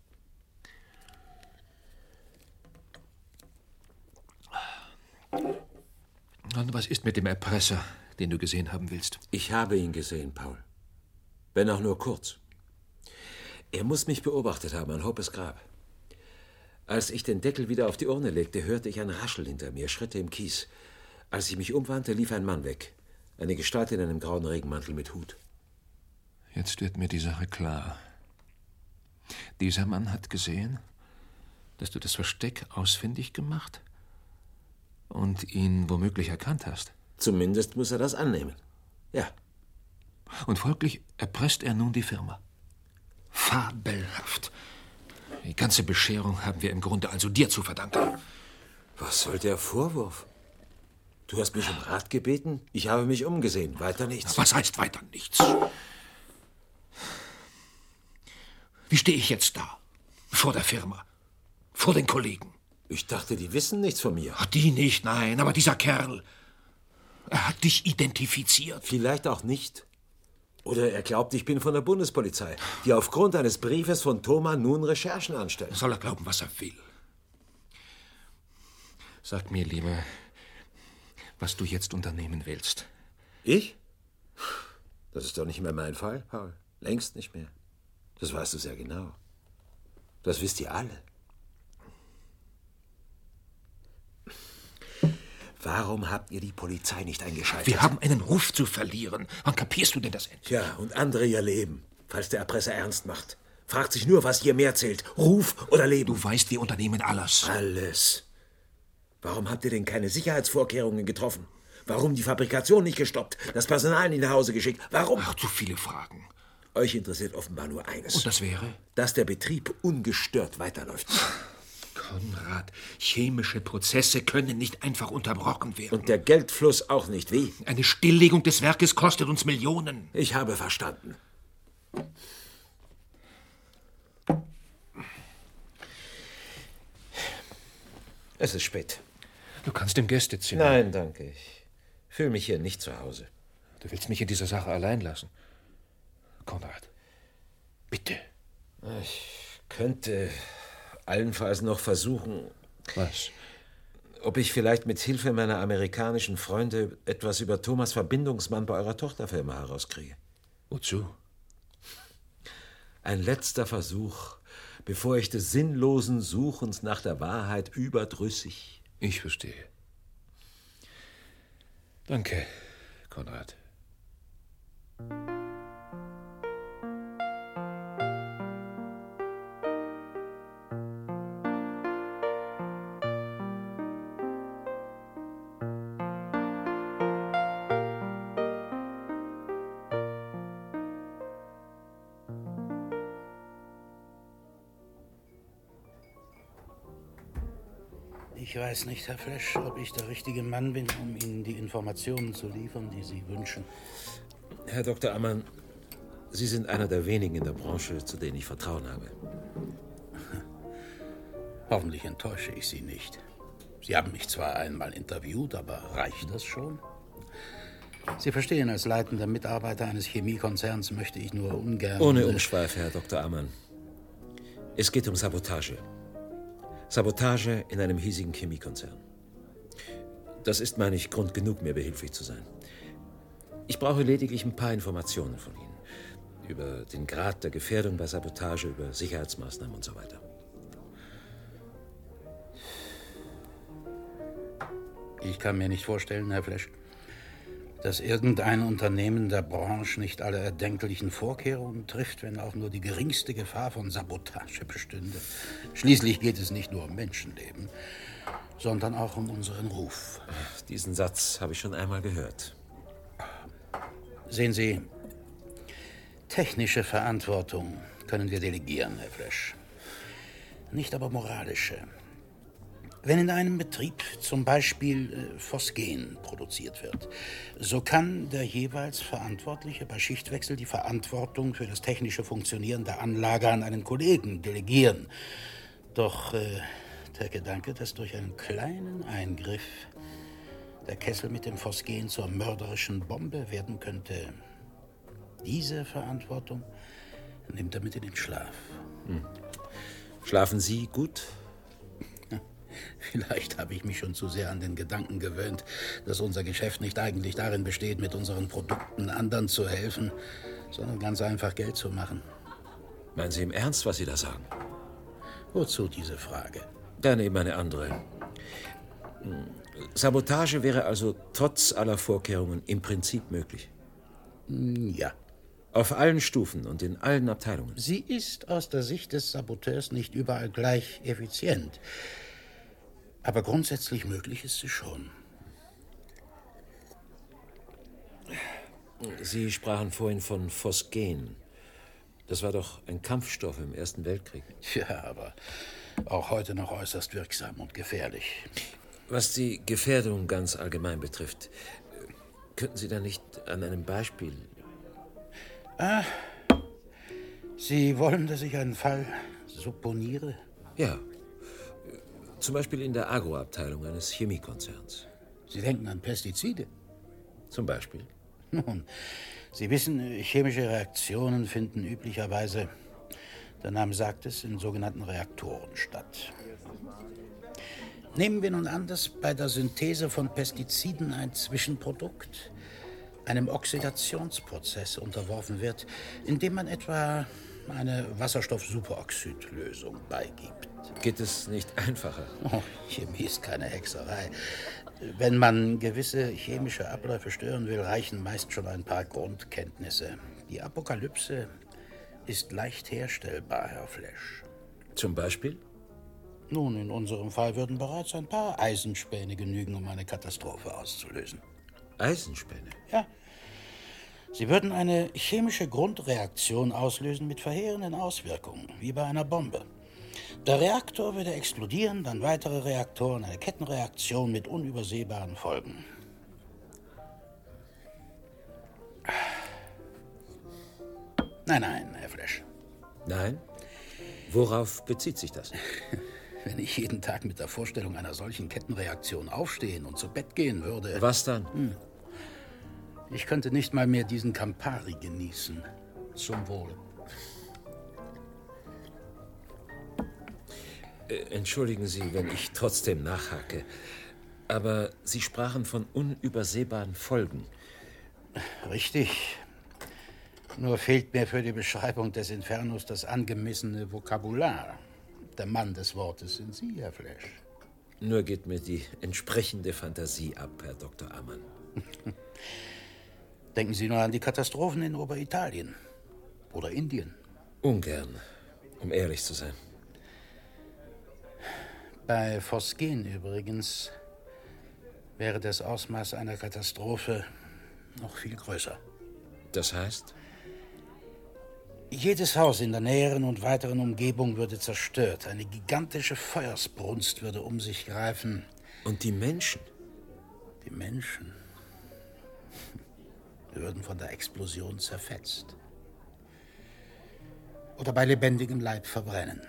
Speaker 6: Und was ist mit dem Erpresser, den du gesehen haben willst?
Speaker 7: Ich habe ihn gesehen, Paul. Wenn auch nur kurz. Er muss mich beobachtet haben an Hoppes Grab. Als ich den Deckel wieder auf die Urne legte, hörte ich ein Rascheln hinter mir, Schritte im Kies. Als ich mich umwandte, lief ein Mann weg. Eine Gestalt in einem grauen Regenmantel mit Hut.
Speaker 6: Jetzt wird mir die Sache klar. Dieser Mann hat gesehen, dass du das Versteck ausfindig gemacht und ihn womöglich erkannt hast.
Speaker 7: Zumindest muss er das annehmen. Ja,
Speaker 6: Und folglich erpresst er nun die Firma. Fabelhaft. Die ganze Bescherung haben wir im Grunde also dir zu verdanken.
Speaker 7: was soll der Vorwurf? Du hast mich um Rat gebeten, ich habe mich umgesehen, weiter nichts.
Speaker 6: Was heißt weiter nichts? Wie stehe ich jetzt da? Vor der Firma? Vor den Kollegen?
Speaker 7: Ich dachte, die wissen nichts von mir.
Speaker 6: Ach, die nicht, nein, aber dieser Kerl. Er hat dich identifiziert.
Speaker 7: Vielleicht auch nicht. Oder er glaubt, ich bin von der Bundespolizei, die aufgrund eines Briefes von Thoma nun Recherchen anstellt.
Speaker 6: Soll er glauben, was er will? Sag mir lieber, was du jetzt unternehmen willst.
Speaker 7: Ich? Das ist doch nicht mehr mein Fall, Paul. Längst nicht mehr. Das weißt du sehr genau. Das wisst ihr alle. Warum habt ihr die Polizei nicht eingeschaltet?
Speaker 6: Wir haben einen Ruf zu verlieren. Wann kapierst du denn das endlich?
Speaker 7: Tja, und andere ihr Leben, falls der Erpresser ernst macht. Fragt sich nur, was hier mehr zählt. Ruf oder Leben.
Speaker 6: Du weißt, wir unternehmen alles.
Speaker 7: Alles. Warum habt ihr denn keine Sicherheitsvorkehrungen getroffen? Warum die Fabrikation nicht gestoppt? Das Personal nicht nach Hause geschickt? Warum?
Speaker 6: Ach, zu viele Fragen.
Speaker 7: Euch interessiert offenbar nur eines.
Speaker 6: Und das wäre?
Speaker 7: dass der Betrieb ungestört weiterläuft.
Speaker 6: Konrad, chemische Prozesse können nicht einfach unterbrochen werden.
Speaker 7: Und der Geldfluss auch nicht. Wie?
Speaker 6: Eine Stilllegung des Werkes kostet uns Millionen.
Speaker 7: Ich habe verstanden. Es ist spät.
Speaker 6: Du kannst im Gästezimmer.
Speaker 7: Nein, danke. Ich fühle mich hier nicht zu Hause.
Speaker 6: Du willst mich in dieser Sache allein lassen. Konrad, bitte.
Speaker 7: Könnte allenfalls noch versuchen,
Speaker 6: Was?
Speaker 7: ob ich vielleicht mit Hilfe meiner amerikanischen Freunde etwas über Thomas Verbindungsmann bei eurer Tochterfirma herauskriege.
Speaker 6: Wozu?
Speaker 7: Ein letzter Versuch, bevor ich des sinnlosen Suchens nach der Wahrheit überdrüssig.
Speaker 6: Ich verstehe. Danke, Konrad.
Speaker 9: Ich weiß nicht, Herr Flesch, ob ich der richtige Mann bin, um Ihnen die Informationen zu liefern, die Sie wünschen.
Speaker 7: Herr Dr. Ammann, Sie sind einer der wenigen in der Branche, zu denen ich Vertrauen habe.
Speaker 9: Hoffentlich enttäusche ich Sie nicht. Sie haben mich zwar einmal interviewt, aber reicht das schon? Sie verstehen, als leitender Mitarbeiter eines Chemiekonzerns möchte ich nur ungern.
Speaker 7: Ohne Umschweife, Herr Dr. Ammann. Es geht um Sabotage. Sabotage in einem hiesigen Chemiekonzern. Das ist, meine ich, Grund genug, mir behilflich zu sein. Ich brauche lediglich ein paar Informationen von Ihnen. über den Grad der Gefährdung bei Sabotage, über Sicherheitsmaßnahmen und so weiter.
Speaker 9: Ich kann mir nicht vorstellen, Herr Flesch, dass irgendein Unternehmen der Branche nicht alle erdenklichen Vorkehrungen trifft, wenn auch nur die geringste Gefahr von Sabotage bestünde. Schließlich geht es nicht nur um Menschenleben, sondern auch um unseren Ruf.
Speaker 7: Diesen Satz habe ich schon einmal gehört.
Speaker 9: Sehen Sie, technische Verantwortung können wir delegieren, Herr Flesch. Nicht aber moralische. Wenn in einem Betrieb zum Beispiel äh, Phosgen produziert wird, so kann der jeweils Verantwortliche bei Schichtwechsel die Verantwortung für das technische Funktionieren der Anlage an einen Kollegen delegieren. Doch äh, der Gedanke, dass durch einen kleinen Eingriff der Kessel mit dem Phosgen zur mörderischen Bombe werden könnte, diese Verantwortung nimmt er mit in den Schlaf.
Speaker 7: Schlafen Sie gut?
Speaker 9: Vielleicht habe ich mich schon zu sehr an den Gedanken gewöhnt, dass unser Geschäft nicht eigentlich darin besteht, mit unseren Produkten anderen zu helfen, sondern ganz einfach Geld zu machen.
Speaker 7: Meinen Sie im Ernst, was Sie da sagen?
Speaker 9: Wozu diese Frage?
Speaker 7: Dann eben eine andere. Hm. Sabotage wäre also trotz aller Vorkehrungen im Prinzip möglich.
Speaker 9: Ja.
Speaker 7: Auf allen Stufen und in allen Abteilungen.
Speaker 9: Sie ist aus der Sicht des Saboteurs nicht überall gleich effizient. Aber grundsätzlich möglich ist sie schon.
Speaker 7: Sie sprachen vorhin von Phosgen. Das war doch ein Kampfstoff im Ersten Weltkrieg.
Speaker 9: Ja, aber auch heute noch äußerst wirksam und gefährlich.
Speaker 7: Was die Gefährdung ganz allgemein betrifft, könnten Sie da nicht an einem Beispiel.
Speaker 9: Ah, Sie wollen, dass ich einen Fall supponiere?
Speaker 7: Ja. Zum Beispiel in der Agroabteilung eines Chemiekonzerns.
Speaker 9: Sie denken an Pestizide?
Speaker 7: Zum Beispiel.
Speaker 9: Nun, Sie wissen, chemische Reaktionen finden üblicherweise, der Name sagt es, in sogenannten Reaktoren statt. Nehmen wir nun an, dass bei der Synthese von Pestiziden ein Zwischenprodukt einem Oxidationsprozess unterworfen wird, indem man etwa eine Wasserstoffsuperoxidlösung beigibt.
Speaker 7: Geht es nicht einfacher?
Speaker 9: Oh, Chemie ist keine Hexerei. Wenn man gewisse chemische Abläufe stören will, reichen meist schon ein paar Grundkenntnisse. Die Apokalypse ist leicht herstellbar, Herr Flesch.
Speaker 7: Zum Beispiel?
Speaker 9: Nun, in unserem Fall würden bereits ein paar Eisenspäne genügen, um eine Katastrophe auszulösen.
Speaker 7: Eisenspäne?
Speaker 9: Ja. Sie würden eine chemische Grundreaktion auslösen mit verheerenden Auswirkungen, wie bei einer Bombe. Der Reaktor würde explodieren, dann weitere Reaktoren, eine Kettenreaktion mit unübersehbaren Folgen. Nein, nein, Herr Flesch.
Speaker 7: Nein? Worauf bezieht sich das?
Speaker 9: Wenn ich jeden Tag mit der Vorstellung einer solchen Kettenreaktion aufstehen und zu Bett gehen würde.
Speaker 7: Was dann? Hm.
Speaker 9: Ich könnte nicht mal mehr diesen Campari genießen. Zum Wohl.
Speaker 7: Äh, entschuldigen Sie, wenn ich trotzdem nachhacke. Aber Sie sprachen von unübersehbaren Folgen.
Speaker 9: Richtig. Nur fehlt mir für die Beschreibung des Infernos das angemessene Vokabular. Der Mann des Wortes sind Sie, Herr Flesch.
Speaker 7: Nur geht mir die entsprechende Fantasie ab, Herr Dr. Ammann.
Speaker 9: Denken Sie nur an die Katastrophen in Oberitalien oder Indien.
Speaker 7: Ungern, um ehrlich zu sein.
Speaker 9: Bei Phosgen übrigens wäre das Ausmaß einer Katastrophe noch viel größer.
Speaker 7: Das heißt?
Speaker 9: Jedes Haus in der näheren und weiteren Umgebung würde zerstört. Eine gigantische Feuersbrunst würde um sich greifen.
Speaker 7: Und die Menschen?
Speaker 9: Die Menschen würden von der Explosion zerfetzt. Oder bei lebendigem Leib verbrennen.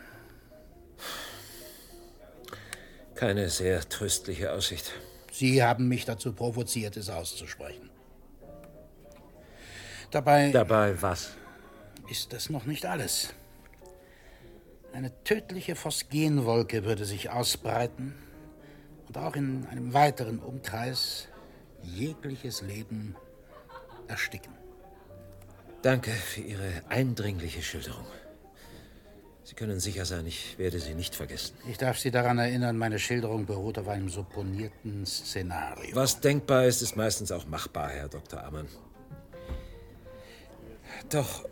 Speaker 7: Keine sehr tröstliche Aussicht.
Speaker 9: Sie haben mich dazu provoziert, es auszusprechen. Dabei.
Speaker 7: Dabei was?
Speaker 9: ist das noch nicht alles. Eine tödliche Phosgenwolke würde sich ausbreiten und auch in einem weiteren Umkreis jegliches Leben ersticken.
Speaker 7: Danke für Ihre eindringliche Schilderung. Sie können sicher sein, ich werde sie nicht vergessen.
Speaker 9: Ich darf Sie daran erinnern, meine Schilderung beruht auf einem supponierten Szenario.
Speaker 7: Was denkbar ist, ist meistens auch machbar, Herr Dr. Ammann. Doch,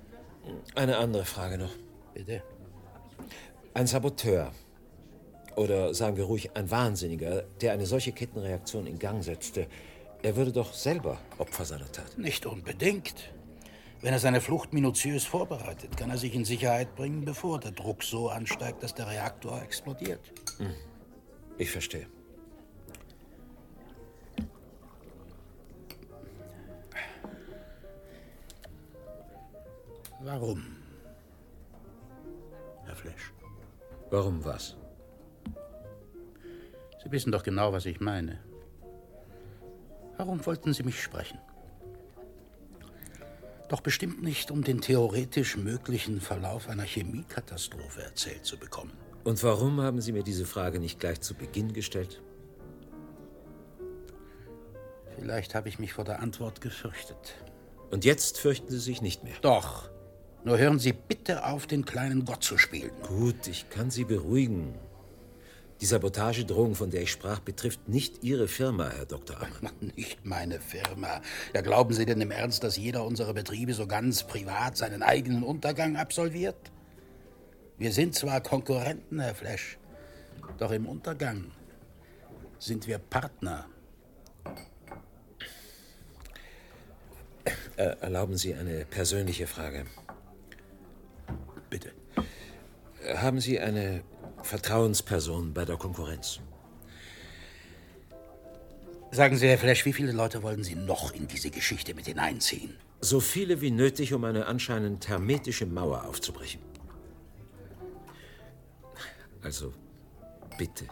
Speaker 7: eine andere Frage noch.
Speaker 9: Bitte?
Speaker 7: Ein Saboteur oder sagen wir ruhig ein Wahnsinniger, der eine solche Kettenreaktion in Gang setzte, er würde doch selber Opfer seiner Tat.
Speaker 9: Nicht unbedingt. Wenn er seine Flucht minutiös vorbereitet, kann er sich in Sicherheit bringen, bevor der Druck so ansteigt, dass der Reaktor explodiert.
Speaker 7: Ich verstehe.
Speaker 9: Warum? Herr Flesch,
Speaker 7: Warum was?
Speaker 9: Sie wissen doch genau, was ich meine. Warum wollten Sie mich sprechen? Doch bestimmt nicht, um den theoretisch möglichen Verlauf einer Chemiekatastrophe erzählt zu bekommen.
Speaker 7: Und warum haben Sie mir diese Frage nicht gleich zu Beginn gestellt?
Speaker 9: Vielleicht habe ich mich vor der Antwort gefürchtet.
Speaker 7: Und jetzt fürchten Sie sich nicht mehr.
Speaker 9: Doch. Nur hören Sie bitte auf, den kleinen Gott zu spielen.
Speaker 7: Gut, ich kann Sie beruhigen. Die Sabotagedrohung, von der ich sprach, betrifft nicht Ihre Firma, Herr Dr. Ammann.
Speaker 9: Nicht meine Firma. Ja, glauben Sie denn im Ernst, dass jeder unserer Betriebe so ganz privat seinen eigenen Untergang absolviert? Wir sind zwar Konkurrenten, Herr Flesch, doch im Untergang sind wir Partner.
Speaker 7: Äh, erlauben Sie eine persönliche Frage.
Speaker 9: Bitte.
Speaker 7: Äh, Haben Sie eine Vertrauensperson bei der Konkurrenz?
Speaker 9: Sagen Sie, Herr Flesch, wie viele Leute wollen Sie noch in diese Geschichte mit hineinziehen?
Speaker 7: So viele wie nötig, um eine anscheinend hermetische Mauer aufzubrechen. Also, bitte.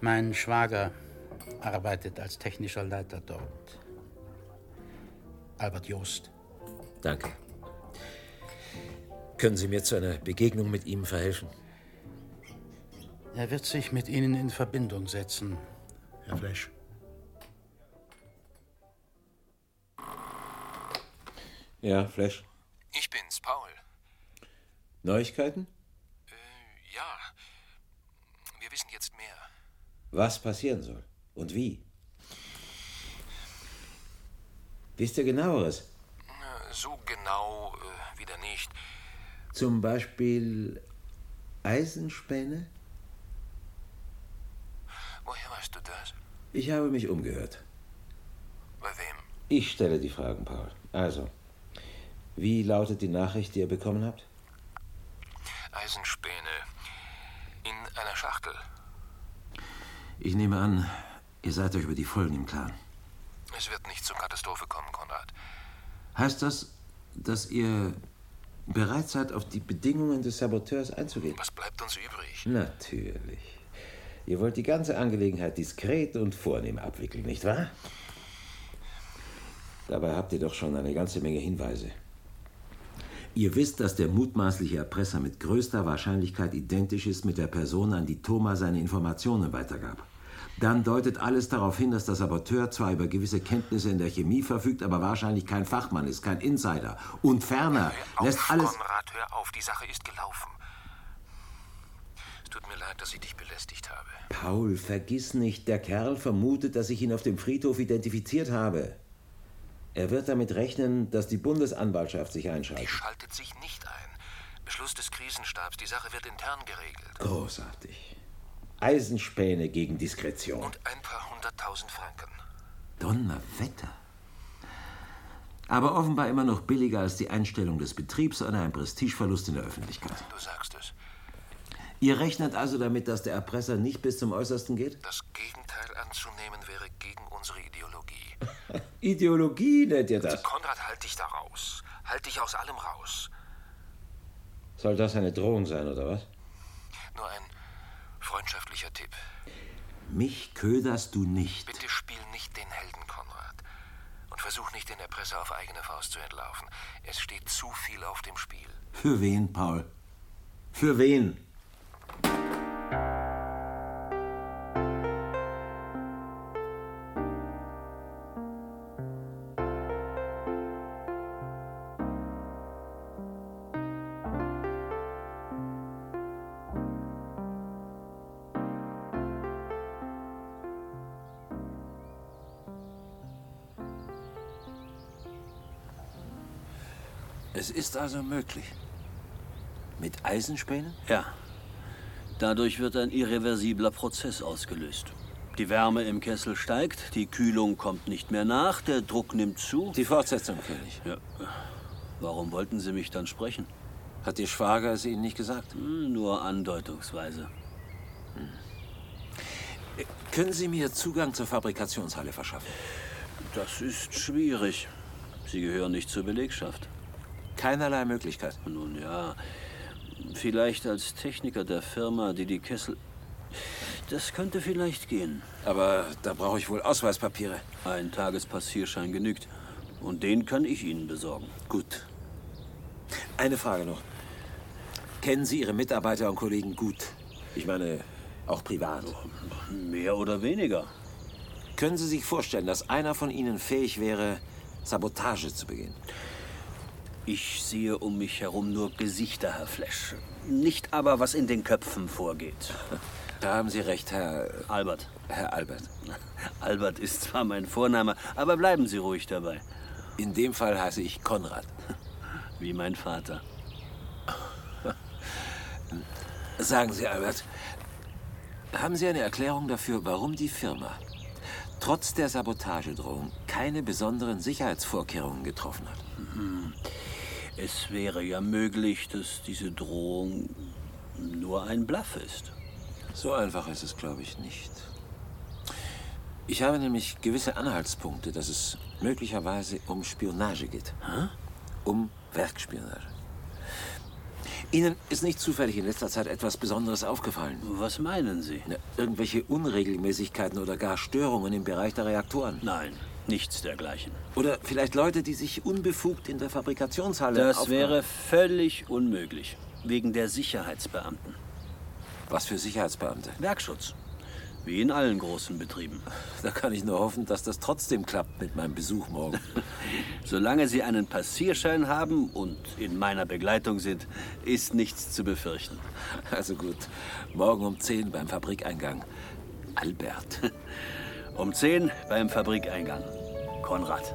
Speaker 9: Mein Schwager arbeitet als technischer Leiter dort. Albert Joost.
Speaker 7: Danke. Können Sie mir zu einer Begegnung mit ihm verhelfen?
Speaker 9: Er wird sich mit Ihnen in Verbindung setzen, Herr Flesch.
Speaker 7: Ja, Flash.
Speaker 10: Ich bin's, Paul.
Speaker 7: Neuigkeiten?
Speaker 10: Ja, wir wissen jetzt mehr.
Speaker 7: Was passieren soll und wie? Wisst ihr genaueres?
Speaker 10: Äh, So genau äh, wieder nicht.
Speaker 7: Zum Beispiel Eisenspäne?
Speaker 10: Woher weißt du das?
Speaker 7: Ich habe mich umgehört.
Speaker 10: Bei wem?
Speaker 7: Ich stelle die Fragen, Paul. Also, wie lautet die Nachricht, die ihr bekommen habt?
Speaker 10: Eisenspäne. In einer Schachtel.
Speaker 7: Ich nehme an, ihr seid euch über die Folgen im Klaren.
Speaker 10: Es wird nicht zur Katastrophe kommen, Konrad.
Speaker 7: Heißt das, dass ihr bereit seid, auf die Bedingungen des Saboteurs einzugehen?
Speaker 10: Was bleibt uns übrig?
Speaker 7: Natürlich. Ihr wollt die ganze Angelegenheit diskret und vornehm abwickeln, nicht wahr? Dabei habt ihr doch schon eine ganze Menge Hinweise. Ihr wisst, dass der mutmaßliche Erpresser mit größter Wahrscheinlichkeit identisch ist mit der Person, an die Thoma seine Informationen weitergab. Dann deutet alles darauf hin, dass der Saboteur zwar über gewisse Kenntnisse in der Chemie verfügt, aber wahrscheinlich kein Fachmann ist, kein Insider. Und ferner
Speaker 10: Auf,
Speaker 7: lässt alles.
Speaker 10: Konrad, hör auf, die Sache ist gelaufen. Es tut mir leid, dass ich dich belästigt habe.
Speaker 7: Paul, vergiss nicht, der Kerl vermutet, dass ich ihn auf dem Friedhof identifiziert habe. Er wird damit rechnen, dass die Bundesanwaltschaft sich
Speaker 10: Die
Speaker 7: einschaltet.
Speaker 10: schaltet sich nicht ein. Beschluss des Krisenstabs, die Sache wird intern geregelt.
Speaker 7: Großartig. Eisenspäne gegen Diskretion.
Speaker 10: Und ein paar hunderttausend Franken.
Speaker 7: Donnerwetter. Aber offenbar immer noch billiger als die Einstellung des Betriebs oder ein Prestigeverlust in der Öffentlichkeit.
Speaker 10: Du sagst es.
Speaker 7: Ihr rechnet also damit, dass der Erpresser nicht bis zum Äußersten geht?
Speaker 10: Das Gegenteil anzunehmen wäre gegen unsere Ideologie.
Speaker 7: Ideologie nennt ihr das.
Speaker 10: Konrad, halt dich da raus. Halt dich aus allem raus.
Speaker 7: Soll das eine Drohung sein, oder was?
Speaker 10: Nur ein freundschaftlicher Tipp.
Speaker 7: Mich köderst du nicht.
Speaker 10: Bitte spiel nicht den Helden, Konrad. Und versuch nicht, den Erpresser auf eigene Faust zu entlaufen. Es steht zu viel auf dem Spiel.
Speaker 7: Für wen, Paul? Für wen?
Speaker 10: Es ist also möglich.
Speaker 7: Mit Eisenspänen?
Speaker 10: Ja. Dadurch wird ein irreversibler Prozess ausgelöst. Die Wärme im Kessel steigt, die Kühlung kommt nicht mehr nach, der Druck nimmt zu.
Speaker 7: Die Fortsetzung kenne ich.
Speaker 10: Ja. Warum wollten Sie mich dann sprechen?
Speaker 7: Hat Ihr Schwager es Ihnen nicht gesagt?
Speaker 10: Hm, nur andeutungsweise.
Speaker 7: Können Sie mir Zugang zur Fabrikationshalle verschaffen?
Speaker 10: Das ist schwierig. Sie gehören nicht zur Belegschaft.
Speaker 7: Keinerlei Möglichkeit.
Speaker 10: Nun ja, vielleicht als Techniker der Firma, die die Kessel... Das könnte vielleicht gehen.
Speaker 7: Aber da brauche ich wohl Ausweispapiere.
Speaker 10: Ein Tagespassierschein genügt. Und den kann ich Ihnen besorgen.
Speaker 7: Gut. Eine Frage noch. Kennen Sie Ihre Mitarbeiter und Kollegen gut? Ich meine, auch privat.
Speaker 10: Mehr oder weniger.
Speaker 7: Können Sie sich vorstellen, dass einer von Ihnen fähig wäre, Sabotage zu begehen?
Speaker 10: Ich sehe um mich herum nur Gesichter, Herr Flesch. Nicht aber, was in den Köpfen vorgeht.
Speaker 7: Da haben Sie recht, Herr äh,
Speaker 10: Albert.
Speaker 7: Herr Albert.
Speaker 10: Albert ist zwar mein Vorname, aber bleiben Sie ruhig dabei.
Speaker 7: In dem Fall heiße ich Konrad.
Speaker 10: Wie mein Vater.
Speaker 7: Sagen Sie, Albert, haben Sie eine Erklärung dafür, warum die Firma trotz der Sabotagedrohung keine besonderen Sicherheitsvorkehrungen getroffen hat?
Speaker 10: Es wäre ja möglich, dass diese Drohung nur ein Bluff ist.
Speaker 7: So einfach ist es, glaube ich, nicht. Ich habe nämlich gewisse Anhaltspunkte, dass es möglicherweise um Spionage geht. Um Werkspionage. Ihnen ist nicht zufällig in letzter Zeit etwas Besonderes aufgefallen.
Speaker 10: Was meinen Sie?
Speaker 7: Na, irgendwelche Unregelmäßigkeiten oder gar Störungen im Bereich der Reaktoren.
Speaker 10: Nein, nichts dergleichen.
Speaker 7: Oder vielleicht Leute, die sich unbefugt in der Fabrikationshalle
Speaker 10: Das
Speaker 7: aufhalten.
Speaker 10: wäre völlig unmöglich. Wegen der Sicherheitsbeamten.
Speaker 7: Was für Sicherheitsbeamte.
Speaker 10: Werkschutz. Wie in allen großen Betrieben.
Speaker 7: Da kann ich nur hoffen, dass das trotzdem klappt mit meinem Besuch morgen.
Speaker 10: Solange Sie einen Passierschein haben und in meiner Begleitung sind, ist nichts zu befürchten.
Speaker 7: Also gut, morgen um 10 beim Fabrikeingang. Albert.
Speaker 10: Um 10 beim Fabrikeingang. Konrad.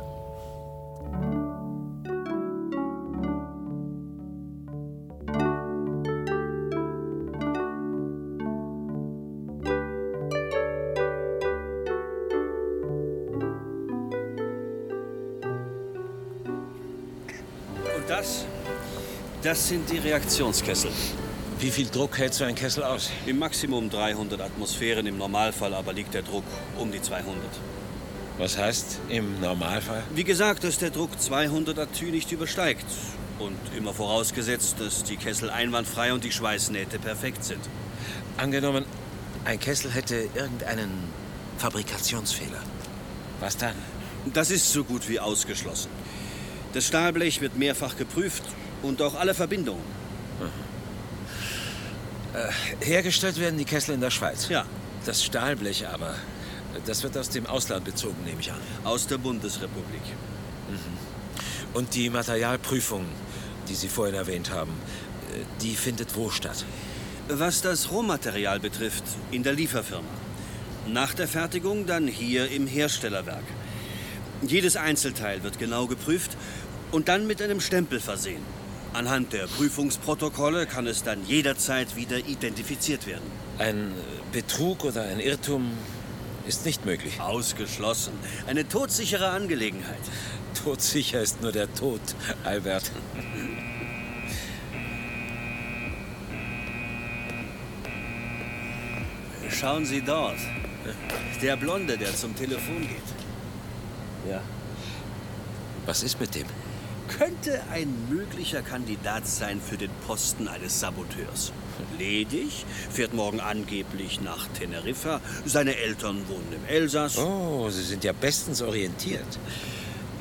Speaker 11: Und das? Das sind die Reaktionskessel.
Speaker 7: Wie viel Druck hält so ein Kessel aus?
Speaker 11: Im Maximum 300 Atmosphären, im Normalfall aber liegt der Druck um die 200.
Speaker 7: Was heißt im Normalfall?
Speaker 11: Wie gesagt, dass der Druck 200 Atü nicht übersteigt. Und immer vorausgesetzt, dass die Kessel einwandfrei und die Schweißnähte perfekt sind.
Speaker 7: Angenommen, ein Kessel hätte irgendeinen Fabrikationsfehler. Was dann?
Speaker 11: Das ist so gut wie ausgeschlossen. Das Stahlblech wird mehrfach geprüft und auch alle Verbindungen.
Speaker 7: Hergestellt werden die Kessel in der Schweiz.
Speaker 11: Ja,
Speaker 7: Das Stahlblech aber, das wird aus dem Ausland bezogen, nehme ich an.
Speaker 11: aus der Bundesrepublik.
Speaker 7: Mhm. Und die Materialprüfung, die Sie vorhin erwähnt haben, äh, die findet wo statt?
Speaker 11: Was das Rohmaterial betrifft, in der Lieferfirma. Nach der Fertigung dann hier im Herstellerwerk. Jedes Einzelteil wird genau geprüft und dann mit einem Stempel versehen. Anhand der Prüfungsprotokolle kann es dann jederzeit wieder identifiziert werden.
Speaker 7: Ein Betrug oder ein Irrtum ist nicht möglich.
Speaker 11: Ausgeschlossen. Eine todsichere Angelegenheit.
Speaker 7: Todsicher ist nur der Tod, Albert.
Speaker 11: Schauen Sie dort. Der Blonde, der zum Telefon geht. Ja.
Speaker 7: Was ist mit dem?
Speaker 11: könnte ein möglicher Kandidat sein für den Posten eines Saboteurs. Ledig, fährt morgen angeblich nach Teneriffa. Seine Eltern wohnen im Elsass.
Speaker 7: Oh, Sie sind ja bestens orientiert.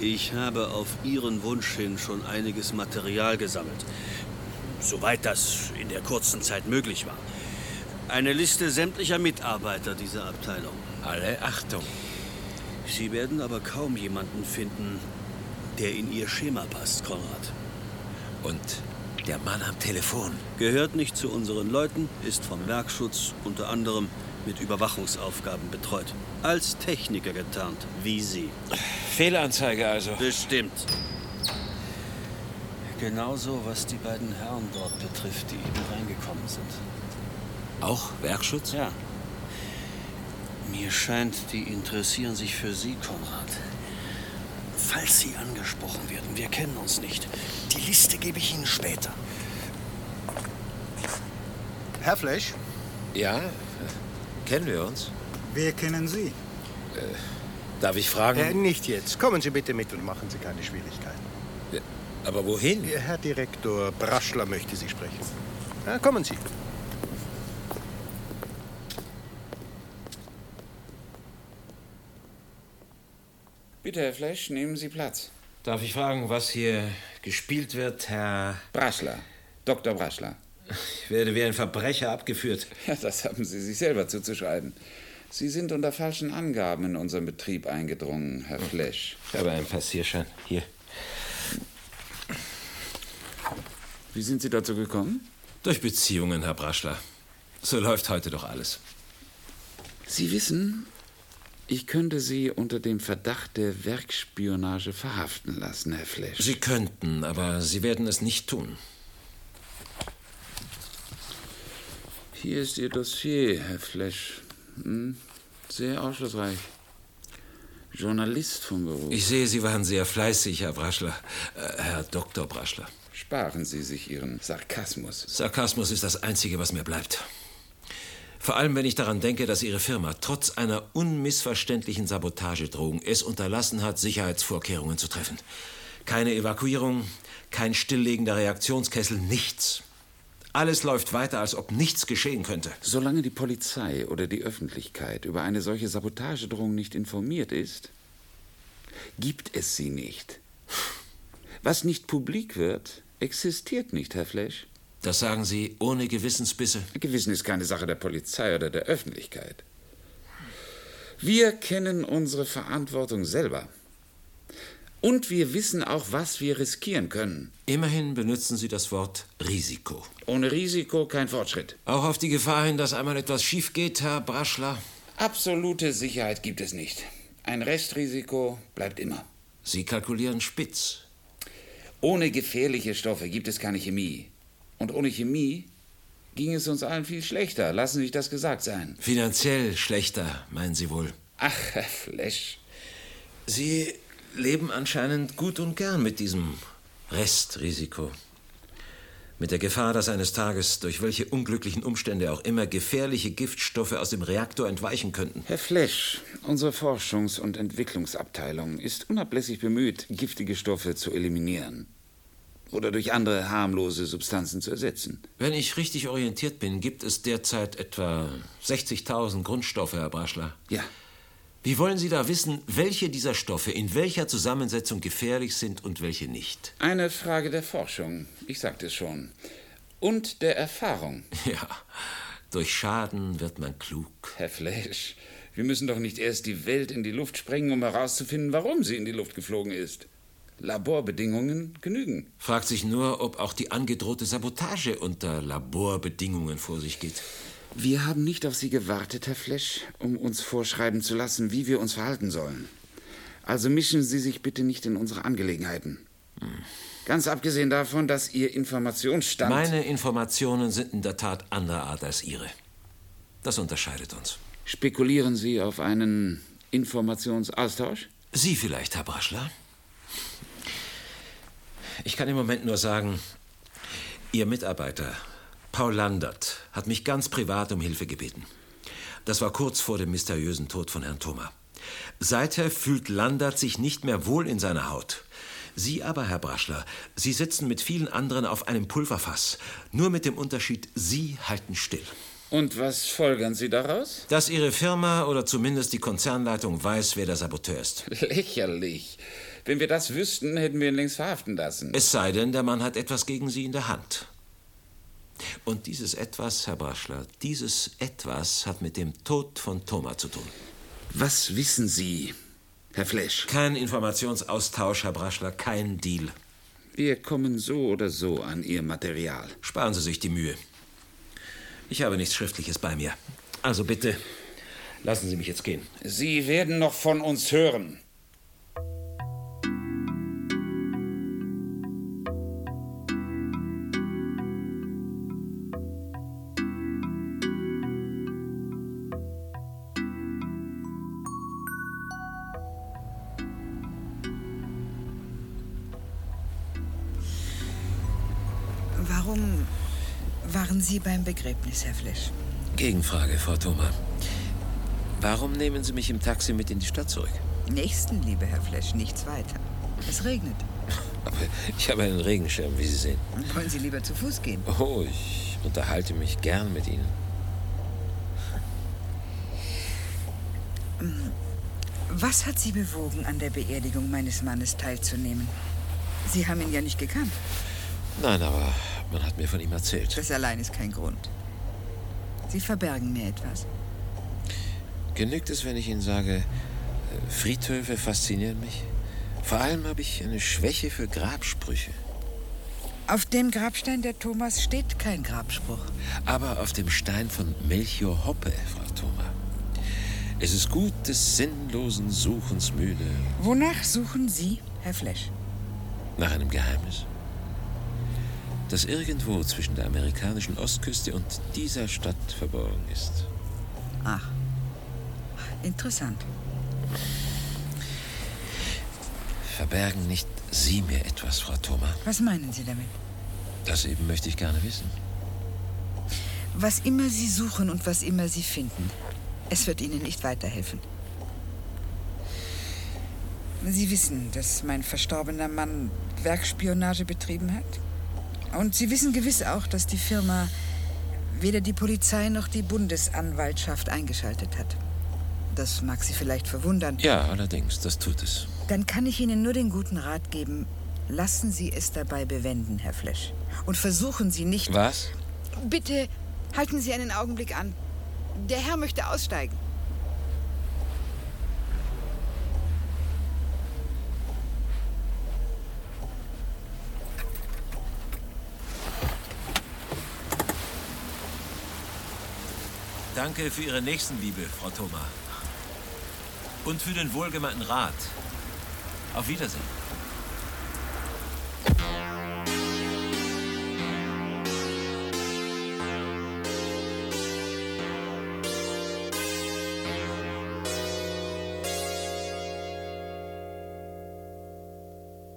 Speaker 11: Ich habe auf Ihren Wunsch hin schon einiges Material gesammelt. Soweit das in der kurzen Zeit möglich war. Eine Liste sämtlicher Mitarbeiter dieser Abteilung.
Speaker 7: Alle Achtung.
Speaker 11: Sie werden aber kaum jemanden finden, der in Ihr Schema passt, Konrad.
Speaker 7: Und der Mann am Telefon.
Speaker 11: Gehört nicht zu unseren Leuten, ist vom Werkschutz unter anderem mit Überwachungsaufgaben betreut. Als Techniker getarnt, wie Sie.
Speaker 7: Fehlanzeige also.
Speaker 11: Bestimmt. Genauso, was die beiden Herren dort betrifft, die eben reingekommen sind.
Speaker 5: Auch Werkschutz?
Speaker 11: Ja. Mir scheint, die interessieren sich für Sie, Konrad. Falls Sie angesprochen werden, wir kennen uns nicht. Die Liste gebe ich Ihnen später.
Speaker 12: Herr Flesch?
Speaker 5: Ja, äh, kennen wir uns? Äh,
Speaker 12: Wer kennen Sie?
Speaker 5: Darf ich fragen?
Speaker 12: Äh, nicht jetzt. Kommen Sie bitte mit und machen Sie keine Schwierigkeiten.
Speaker 5: Ja, aber wohin?
Speaker 12: Herr Direktor Braschler möchte Sie sprechen. Na, kommen Sie.
Speaker 6: Bitte, Herr Flesch, nehmen Sie Platz.
Speaker 7: Darf ich fragen, was hier gespielt wird, Herr...
Speaker 6: Braschler, Dr. Braschler.
Speaker 7: Ich werde wie ein Verbrecher abgeführt.
Speaker 6: Ja, das haben Sie sich selber zuzuschreiben. Sie sind unter falschen Angaben in unseren Betrieb eingedrungen, Herr Flesch.
Speaker 7: Ich habe einen Passierschein. Hier.
Speaker 6: Wie sind Sie dazu gekommen?
Speaker 7: Durch Beziehungen, Herr Braschler. So läuft heute doch alles.
Speaker 6: Sie wissen, ich könnte Sie unter dem Verdacht der Werksspionage verhaften lassen, Herr Flesch.
Speaker 7: Sie könnten, aber Sie werden es nicht tun.
Speaker 6: Hier ist Ihr Dossier, Herr Flesch. Hm, Sehr aufschlussreich. Journalist von Beruf.
Speaker 7: Ich sehe, Sie waren sehr fleißig, Herr Braschler. Äh, Herr Dr. Braschler.
Speaker 6: Sparen Sie sich Ihren Sarkasmus.
Speaker 7: Sarkasmus ist das Einzige, was mir bleibt. Vor allem, wenn ich daran denke, dass Ihre Firma trotz einer unmissverständlichen Sabotagedrohung es unterlassen hat, Sicherheitsvorkehrungen zu treffen. Keine Evakuierung, kein Stilllegen der Reaktionskessel, nichts. Alles läuft weiter, als ob nichts geschehen könnte.
Speaker 6: Solange die Polizei oder die Öffentlichkeit über eine solche Sabotagedrohung nicht informiert ist, gibt es sie nicht. Was nicht publik wird, existiert nicht, Herr Flesch.
Speaker 7: Das sagen Sie ohne Gewissensbisse.
Speaker 6: Gewissen ist keine Sache der Polizei oder der Öffentlichkeit. Wir kennen unsere Verantwortung selber. Und wir wissen auch, was wir riskieren können.
Speaker 7: Immerhin benutzen Sie das Wort Risiko.
Speaker 6: Ohne Risiko kein Fortschritt.
Speaker 7: Auch auf die Gefahr hin, dass einmal etwas schief geht, Herr Braschler.
Speaker 6: Absolute Sicherheit gibt es nicht. Ein Restrisiko bleibt immer.
Speaker 7: Sie kalkulieren spitz.
Speaker 6: Ohne gefährliche Stoffe gibt es keine Chemie. Und ohne Chemie ging es uns allen viel schlechter. Lassen Sie sich das gesagt sein.
Speaker 7: Finanziell schlechter, meinen Sie wohl?
Speaker 6: Ach, Herr Flesch.
Speaker 7: Sie leben anscheinend gut und gern mit diesem Restrisiko. Mit der Gefahr, dass eines Tages, durch welche unglücklichen Umstände auch immer, gefährliche Giftstoffe aus dem Reaktor entweichen könnten.
Speaker 6: Herr Flesch, unsere Forschungs- und Entwicklungsabteilung ist unablässig bemüht, giftige Stoffe zu eliminieren oder durch andere harmlose Substanzen zu ersetzen.
Speaker 7: Wenn ich richtig orientiert bin, gibt es derzeit etwa 60.000 Grundstoffe, Herr Braschler.
Speaker 6: Ja.
Speaker 7: Wie wollen Sie da wissen, welche dieser Stoffe in welcher Zusammensetzung gefährlich sind und welche nicht?
Speaker 6: Eine Frage der Forschung, ich sagte es schon. Und der Erfahrung.
Speaker 7: Ja, durch Schaden wird man klug.
Speaker 6: Herr Flesch, wir müssen doch nicht erst die Welt in die Luft sprengen, um herauszufinden, warum sie in die Luft geflogen ist. Laborbedingungen genügen.
Speaker 7: Fragt sich nur, ob auch die angedrohte Sabotage unter Laborbedingungen vor sich geht.
Speaker 6: Wir haben nicht auf Sie gewartet, Herr Flesch, um uns vorschreiben zu lassen, wie wir uns verhalten sollen. Also mischen Sie sich bitte nicht in unsere Angelegenheiten. Ganz abgesehen davon, dass Ihr Informationsstand.
Speaker 7: Meine Informationen sind in der Tat anderer Art als Ihre. Das unterscheidet uns.
Speaker 6: Spekulieren Sie auf einen Informationsaustausch?
Speaker 7: Sie vielleicht, Herr Braschler? Ich kann im Moment nur sagen, Ihr Mitarbeiter, Paul Landert, hat mich ganz privat um Hilfe gebeten. Das war kurz vor dem mysteriösen Tod von Herrn Thoma. Seither fühlt Landert sich nicht mehr wohl in seiner Haut. Sie aber, Herr Braschler, Sie sitzen mit vielen anderen auf einem Pulverfass. Nur mit dem Unterschied, Sie halten still.
Speaker 6: Und was folgern Sie daraus?
Speaker 7: Dass Ihre Firma oder zumindest die Konzernleitung weiß, wer der Saboteur ist.
Speaker 6: Lächerlich. Wenn wir das wüssten, hätten wir ihn längst verhaften lassen.
Speaker 7: Es sei denn, der Mann hat etwas gegen Sie in der Hand. Und dieses Etwas, Herr Braschler, dieses Etwas hat mit dem Tod von Thoma zu tun.
Speaker 6: Was wissen Sie, Herr Flesch?
Speaker 7: Kein Informationsaustausch, Herr Braschler, kein Deal.
Speaker 6: Wir kommen so oder so an Ihr Material.
Speaker 7: Sparen Sie sich die Mühe. Ich habe nichts Schriftliches bei mir. Also bitte, lassen Sie mich jetzt gehen.
Speaker 6: Sie werden noch von uns hören.
Speaker 8: Warum waren Sie beim Begräbnis, Herr Flesch?
Speaker 7: Gegenfrage, Frau Thoma. Warum nehmen Sie mich im Taxi mit in die Stadt zurück?
Speaker 8: Nächstenliebe, Herr Flesch, nichts weiter. Es regnet.
Speaker 7: Aber ich habe einen Regenschirm, wie Sie sehen.
Speaker 8: Wollen Sie lieber zu Fuß gehen?
Speaker 7: Oh, ich unterhalte mich gern mit Ihnen.
Speaker 8: Was hat Sie bewogen, an der Beerdigung meines Mannes teilzunehmen? Sie haben ihn ja nicht gekannt.
Speaker 7: Nein, aber man hat mir von ihm erzählt.
Speaker 8: Das allein ist kein Grund. Sie verbergen mir etwas.
Speaker 7: Genügt es, wenn ich Ihnen sage, äh, Friedhöfe faszinieren mich? Vor allem habe ich eine Schwäche für Grabsprüche.
Speaker 8: Auf dem Grabstein der Thomas steht kein Grabspruch.
Speaker 7: Aber auf dem Stein von Melchior Hoppe, Frau Thoma. Es ist gut des sinnlosen Suchens müde.
Speaker 8: Wonach suchen Sie, Herr Flesch?
Speaker 7: Nach einem Geheimnis. Das irgendwo zwischen der amerikanischen Ostküste und dieser Stadt verborgen ist.
Speaker 8: Ach, interessant.
Speaker 7: Verbergen nicht Sie mir etwas, Frau Thoma?
Speaker 8: Was meinen Sie damit?
Speaker 7: Das eben möchte ich gerne wissen.
Speaker 8: Was immer Sie suchen und was immer Sie finden, es wird Ihnen nicht weiterhelfen. Sie wissen, dass mein verstorbener Mann Werkspionage betrieben hat. Und Sie wissen gewiss auch, dass die Firma weder die Polizei noch die Bundesanwaltschaft eingeschaltet hat. Das mag Sie vielleicht verwundern.
Speaker 7: Ja, allerdings, das tut es.
Speaker 8: Dann kann ich Ihnen nur den guten Rat geben, lassen Sie es dabei bewenden, Herr Flesch. Und versuchen Sie nicht.
Speaker 7: Was?
Speaker 8: Bitte halten Sie einen Augenblick an. Der Herr möchte aussteigen.
Speaker 7: Danke für Ihre Nächstenliebe, Frau Thoma. Und für den wohlgemeinten Rat. Auf Wiedersehen.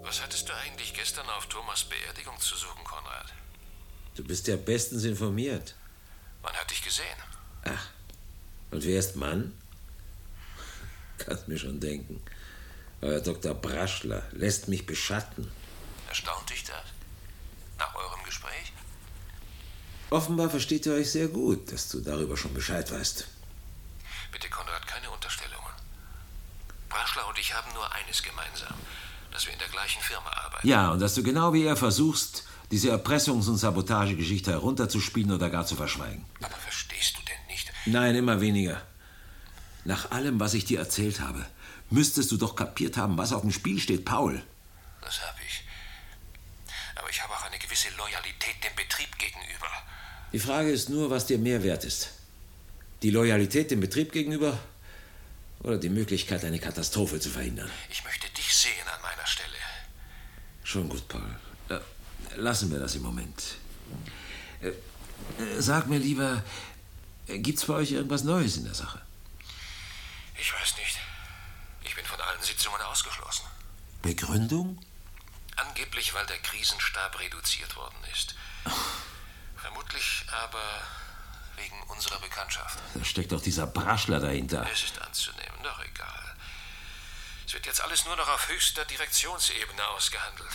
Speaker 13: Was hattest du eigentlich gestern auf Thomas Beerdigung zu suchen, Konrad?
Speaker 7: Du bist ja bestens informiert.
Speaker 13: Man hat dich gesehen.
Speaker 7: Ach, und wer ist Mann? Kannst mir schon denken. Euer Dr. Braschler lässt mich beschatten.
Speaker 13: Erstaunt dich das? Nach eurem Gespräch?
Speaker 7: Offenbar versteht ihr euch sehr gut, dass du darüber schon Bescheid weißt.
Speaker 13: Bitte, Konrad, keine Unterstellungen. Braschler und ich haben nur eines gemeinsam, dass wir in der gleichen Firma arbeiten.
Speaker 7: Ja, und dass du genau wie er versuchst, diese Erpressungs- und Sabotagegeschichte herunterzuspielen oder gar zu verschweigen.
Speaker 13: Aber verstehst du denn nicht?
Speaker 7: Nein, immer weniger. Nach allem, was ich dir erzählt habe, müsstest du doch kapiert haben, was auf dem Spiel steht, Paul.
Speaker 13: Das habe ich. Aber ich habe auch eine gewisse Loyalität dem Betrieb gegenüber.
Speaker 7: Die Frage ist nur, was dir mehr wert ist. Die Loyalität dem Betrieb gegenüber oder die Möglichkeit, eine Katastrophe zu verhindern.
Speaker 13: Ich möchte dich sehen an meiner Stelle.
Speaker 7: Schon gut, Paul. Äh, Lassen wir das im Moment. Äh, äh, Sag mir lieber, äh, gibt's bei euch irgendwas Neues in der Sache?
Speaker 13: Ich weiß nicht. Ich bin von allen Sitzungen ausgeschlossen.
Speaker 7: Begründung?
Speaker 13: Angeblich, weil der Krisenstab reduziert worden ist. Vermutlich aber wegen unserer Bekanntschaft.
Speaker 7: Da steckt doch dieser Braschler dahinter.
Speaker 13: Es ist anzunehmen, doch egal. Es wird jetzt alles nur noch auf höchster Direktionsebene ausgehandelt.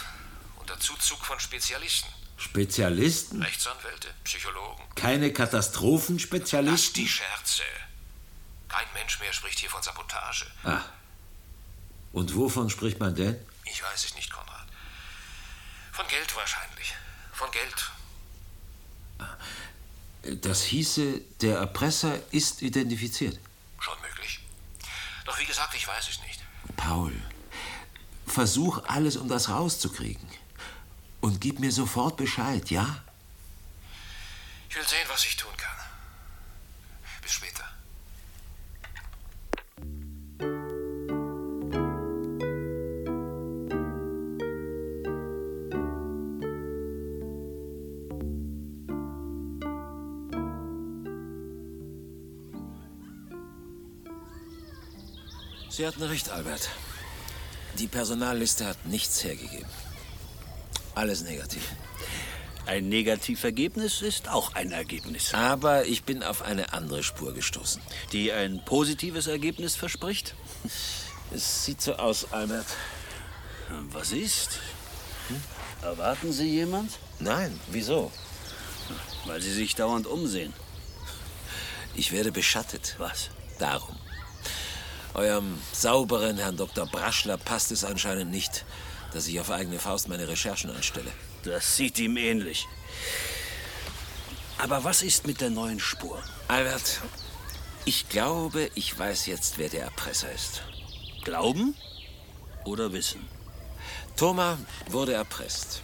Speaker 13: Unter Zuzug von Spezialisten.
Speaker 7: Spezialisten?
Speaker 13: Rechtsanwälte, Psychologen.
Speaker 7: Keine Katastrophenspezialisten?
Speaker 13: Die Scherze. Kein Mensch mehr spricht hier von Sabotage.
Speaker 7: Ah. Und wovon spricht man denn?
Speaker 13: Ich weiß es nicht, Konrad. Von Geld wahrscheinlich. Von Geld.
Speaker 7: Das hieße, der Erpresser ist identifiziert.
Speaker 13: Schon möglich. Doch wie gesagt, ich weiß es nicht.
Speaker 7: Paul, versuch alles, um das rauszukriegen. Und gib mir sofort Bescheid, ja?
Speaker 13: Ich will sehen, was ich tun kann. Bis später.
Speaker 7: Sie hatten recht, Albert. Die Personalliste hat nichts hergegeben. Alles negativ.
Speaker 11: Ein Negativergebnis ist auch ein Ergebnis.
Speaker 7: Aber ich bin auf eine andere Spur gestoßen.
Speaker 11: Die ein positives Ergebnis verspricht?
Speaker 7: Es sieht so aus, Albert.
Speaker 11: Was ist? Hm? Erwarten Sie jemand?
Speaker 7: Nein, wieso?
Speaker 11: Weil Sie sich dauernd umsehen.
Speaker 7: Ich werde beschattet.
Speaker 11: Was?
Speaker 7: Darum. Eurem sauberen Herrn Dr. Braschler passt es anscheinend nicht, dass ich auf eigene Faust meine Recherchen anstelle.
Speaker 11: Das sieht ihm ähnlich. Aber was ist mit der neuen Spur?
Speaker 7: Albert, ich glaube, ich weiß jetzt, wer der Erpresser ist.
Speaker 11: Glauben oder wissen?
Speaker 7: Thoma wurde erpresst.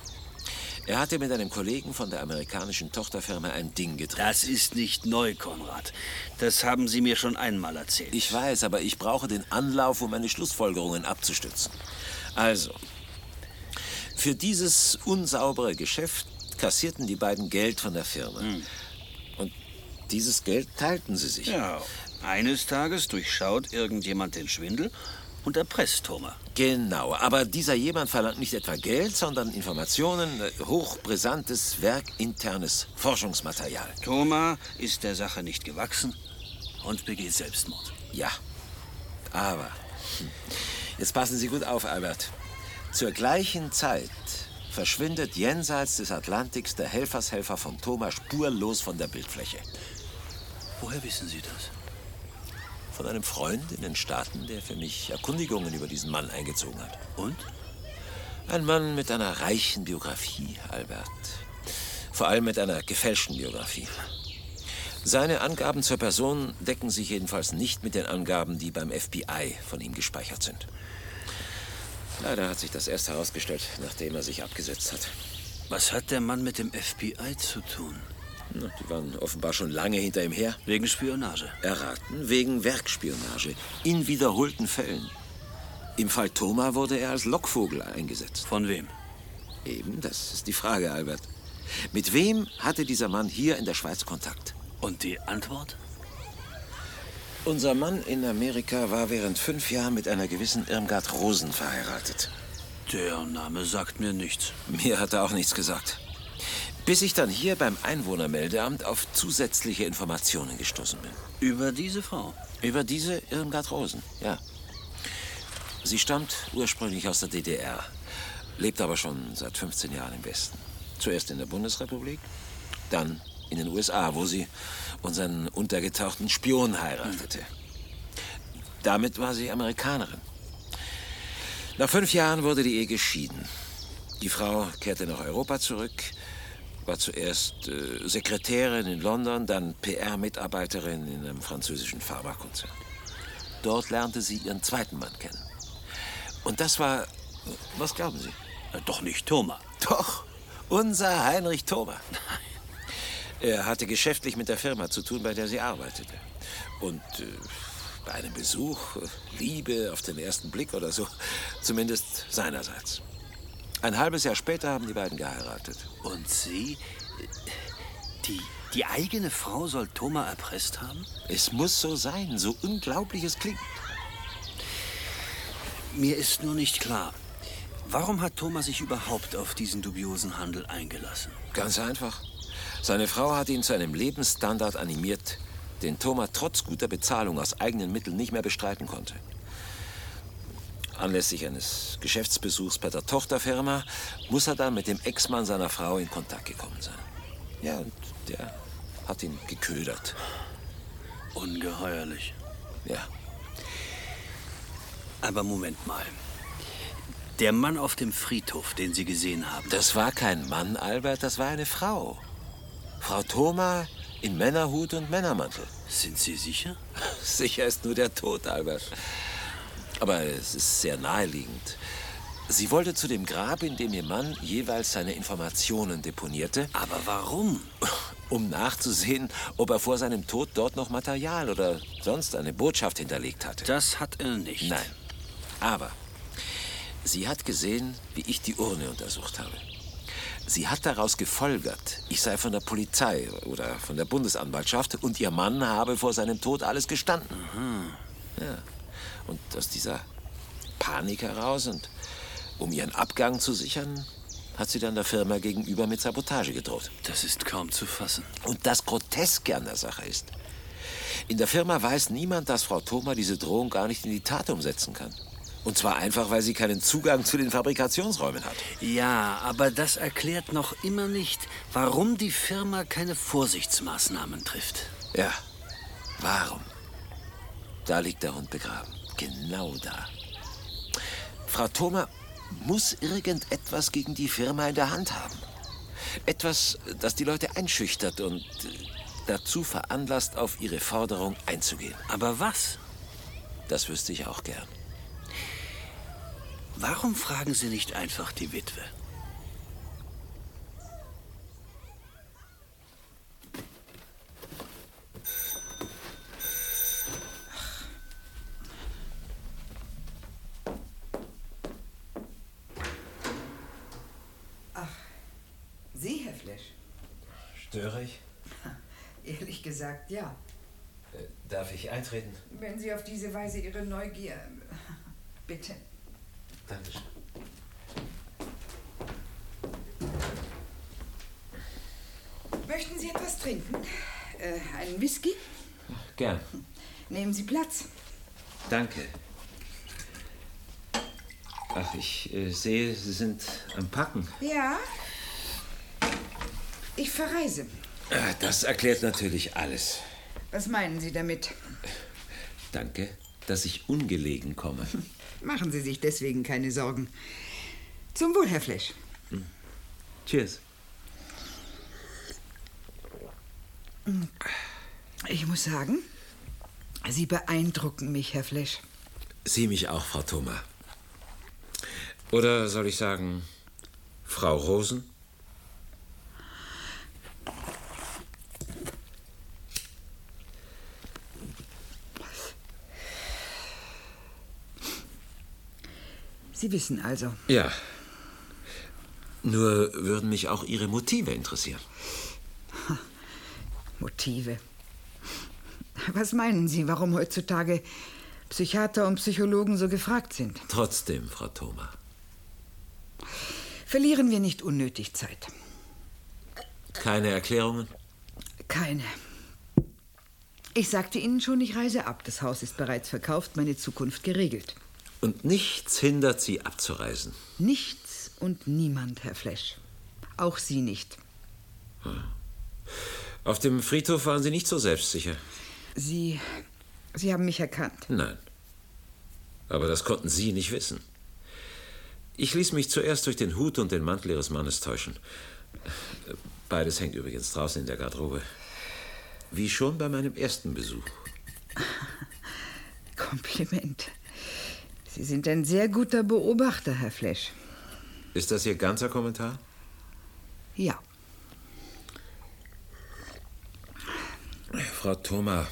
Speaker 7: Er hatte mit einem Kollegen von der amerikanischen Tochterfirma ein Ding gedreht.
Speaker 11: Das ist nicht neu, Konrad. Das haben Sie mir schon einmal erzählt.
Speaker 7: Ich weiß, aber ich brauche den Anlauf, um meine Schlussfolgerungen abzustützen. Also, für dieses unsaubere Geschäft kassierten die beiden Geld von der Firma. Hm. Und dieses Geld teilten sie sich.
Speaker 11: Ja, eines Tages durchschaut irgendjemand den Schwindel und erpresst Thoma.
Speaker 7: Genau, aber dieser jemand verlangt nicht etwa Geld, sondern Informationen, äh, hochbrisantes, werkinternes Forschungsmaterial.
Speaker 11: Thoma ist der Sache nicht gewachsen und begeht Selbstmord.
Speaker 7: Ja, aber jetzt passen Sie gut auf, Albert. Zur gleichen Zeit verschwindet jenseits des Atlantiks der Helfershelfer von Thoma spurlos von der Bildfläche.
Speaker 11: Woher wissen Sie das?
Speaker 7: von einem Freund in den Staaten, der für mich Erkundigungen über diesen Mann eingezogen hat.
Speaker 11: Und?
Speaker 7: Ein Mann mit einer reichen Biografie, Albert. Vor allem mit einer gefälschten Biografie. Seine Angaben zur Person decken sich jedenfalls nicht mit den Angaben, die beim FBI von ihm gespeichert sind. Leider hat sich das erst herausgestellt, nachdem er sich abgesetzt hat.
Speaker 11: Was hat der Mann mit dem FBI zu tun?
Speaker 7: Die waren offenbar schon lange hinter ihm her.
Speaker 11: Wegen Spionage.
Speaker 7: Erraten, wegen Werkspionage. In wiederholten Fällen. Im Fall Thoma wurde er als Lockvogel eingesetzt.
Speaker 11: Von wem?
Speaker 7: Eben, das ist die Frage, Albert. Mit wem hatte dieser Mann hier in der Schweiz Kontakt?
Speaker 11: Und die Antwort?
Speaker 7: Unser Mann in Amerika war während fünf Jahren mit einer gewissen Irmgard Rosen verheiratet.
Speaker 11: Der Name sagt mir nichts.
Speaker 7: Mir hat er auch nichts gesagt bis ich dann hier beim Einwohnermeldeamt auf zusätzliche Informationen gestoßen bin.
Speaker 11: Über diese Frau?
Speaker 7: Über diese Irmgard Rosen, ja. Sie stammt ursprünglich aus der DDR, lebt aber schon seit 15 Jahren im Westen. Zuerst in der Bundesrepublik, dann in den USA, wo sie unseren untergetauchten Spion heiratete. Damit war sie Amerikanerin. Nach fünf Jahren wurde die Ehe geschieden. Die Frau kehrte nach Europa zurück, war zuerst äh, Sekretärin in London, dann PR-Mitarbeiterin in einem französischen Pharmakonzern. Dort lernte sie ihren zweiten Mann kennen. Und das war, was glauben Sie?
Speaker 11: Na, Äh, doch nicht Thoma.
Speaker 7: Doch, unser Heinrich Thoma. Er hatte geschäftlich mit der Firma zu tun, bei der sie arbeitete. Und äh, bei einem Besuch, äh, Liebe auf den ersten Blick oder so, zumindest seinerseits. Ein halbes Jahr später haben die beiden geheiratet.
Speaker 11: Und sie? Die, die eigene Frau soll Thoma erpresst haben?
Speaker 7: Es muss so sein, so unglaublich es klingt.
Speaker 11: Mir ist nur nicht klar, warum hat Thoma sich überhaupt auf diesen dubiosen Handel eingelassen?
Speaker 7: Ganz einfach. Seine Frau hat ihn zu einem Lebensstandard animiert, den Thoma trotz guter Bezahlung aus eigenen Mitteln nicht mehr bestreiten konnte anlässlich eines Geschäftsbesuchs bei der Tochterfirma, muss er dann mit dem Ex-Mann seiner Frau in Kontakt gekommen sein. Ja, und der hat ihn geködert.
Speaker 11: Ungeheuerlich.
Speaker 7: Ja.
Speaker 11: Aber Moment mal. Der Mann auf dem Friedhof, den Sie gesehen haben.
Speaker 7: Das war kein Mann, Albert, das war eine Frau. Frau Thoma in Männerhut und Männermantel.
Speaker 11: Sind Sie sicher?
Speaker 7: sicher ist nur der Tod, Albert. Aber es ist sehr naheliegend. Sie wollte zu dem Grab, in dem ihr Mann jeweils seine Informationen deponierte.
Speaker 11: Aber warum?
Speaker 7: Um nachzusehen, ob er vor seinem Tod dort noch Material oder sonst eine Botschaft hinterlegt hatte.
Speaker 11: Das hat er nicht.
Speaker 7: Nein. Aber sie hat gesehen, wie ich die Urne untersucht habe. Sie hat daraus gefolgert, ich sei von der Polizei oder von der Bundesanwaltschaft und ihr Mann habe vor seinem Tod alles gestanden.
Speaker 11: Mhm.
Speaker 7: Ja. Und aus dieser Panik heraus und um ihren Abgang zu sichern, hat sie dann der Firma gegenüber mit Sabotage gedroht.
Speaker 10: Das ist kaum zu fassen.
Speaker 7: Und das Groteske an der Sache ist, in der Firma weiß niemand, dass Frau Thoma diese Drohung gar nicht in die Tat umsetzen kann. Und zwar einfach, weil sie keinen Zugang zu den Fabrikationsräumen hat.
Speaker 10: Ja, aber das erklärt noch immer nicht, warum die Firma keine Vorsichtsmaßnahmen trifft.
Speaker 7: Ja, warum? Da liegt der Hund begraben. Genau da. Frau Thoma muss irgendetwas gegen die Firma in der Hand haben. Etwas, das die Leute einschüchtert und äh, dazu veranlasst, auf ihre Forderung einzugehen.
Speaker 10: Aber was?
Speaker 7: Das wüsste ich auch gern.
Speaker 10: Warum fragen Sie nicht einfach die Witwe?
Speaker 8: Sie, Herr Flesch?
Speaker 4: Störe ich?
Speaker 8: Ehrlich gesagt, ja.
Speaker 4: Äh, Darf ich eintreten?
Speaker 8: Wenn Sie auf diese Weise Ihre Neugier. äh, Bitte.
Speaker 4: Dankeschön.
Speaker 8: Möchten Sie etwas trinken? Äh, einen Whisky?
Speaker 4: Gern.
Speaker 8: Nehmen Sie Platz.
Speaker 7: Danke. Ach, ich äh, sehe, Sie sind am Packen.
Speaker 8: Ja. Ich verreise.
Speaker 7: Ah, Das erklärt natürlich alles.
Speaker 8: Was meinen Sie damit?
Speaker 7: Danke, dass ich ungelegen komme.
Speaker 8: Machen Sie sich deswegen keine Sorgen. Zum Wohl, Herr Flesch.
Speaker 7: Cheers.
Speaker 8: Ich muss sagen, Sie beeindrucken mich, Herr Flesch.
Speaker 7: Sie mich auch, Frau Thoma. Oder soll ich sagen, Frau Rosen?
Speaker 8: Sie wissen also.
Speaker 7: Ja. Nur würden mich auch Ihre Motive interessieren.
Speaker 8: Motive. Was meinen Sie, warum heutzutage Psychiater und Psychologen so gefragt sind?
Speaker 7: Trotzdem, Frau Thoma.
Speaker 8: Verlieren wir nicht unnötig Zeit.
Speaker 7: Keine Erklärungen?
Speaker 8: Keine. Ich sagte Ihnen schon, ich reise ab. Das Haus ist bereits verkauft, meine Zukunft geregelt.
Speaker 7: Und nichts hindert Sie abzureisen.
Speaker 8: Nichts und niemand, Herr Flesch. Auch Sie nicht.
Speaker 7: Auf dem Friedhof waren Sie nicht so selbstsicher.
Speaker 8: Sie. Sie haben mich erkannt.
Speaker 7: Nein. Aber das konnten Sie nicht wissen. Ich ließ mich zuerst durch den Hut und den Mantel Ihres Mannes täuschen. Beides hängt übrigens draußen in der Garderobe. Wie schon bei meinem ersten Besuch.
Speaker 8: Kompliment. Sie sind ein sehr guter Beobachter, Herr Flesch.
Speaker 7: Ist das Ihr ganzer Kommentar?
Speaker 8: Ja.
Speaker 7: Frau Thoma,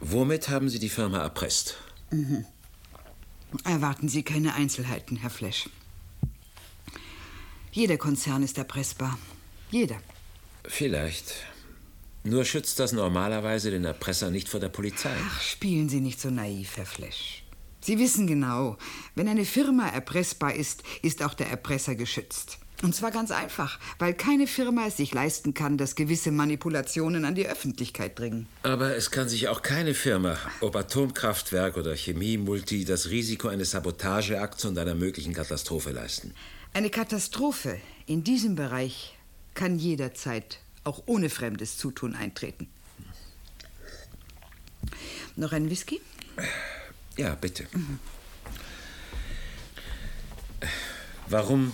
Speaker 7: womit haben Sie die Firma erpresst?
Speaker 8: Mhm. Erwarten Sie keine Einzelheiten, Herr Flesch. Jeder Konzern ist erpressbar. Jeder.
Speaker 7: Vielleicht. Nur schützt das normalerweise den Erpresser nicht vor der Polizei.
Speaker 8: Spielen Sie nicht so naiv, Herr Flesch. Sie wissen genau, wenn eine Firma erpressbar ist, ist auch der Erpresser geschützt. Und zwar ganz einfach, weil keine Firma es sich leisten kann, dass gewisse Manipulationen an die Öffentlichkeit dringen.
Speaker 7: Aber es kann sich auch keine Firma, ob Atomkraftwerk oder Chemie-Multi, das Risiko eines Sabotageakts und einer möglichen Katastrophe leisten.
Speaker 8: Eine Katastrophe in diesem Bereich kann jederzeit auch ohne fremdes Zutun eintreten. Noch ein Whisky?
Speaker 7: Ja, bitte. Warum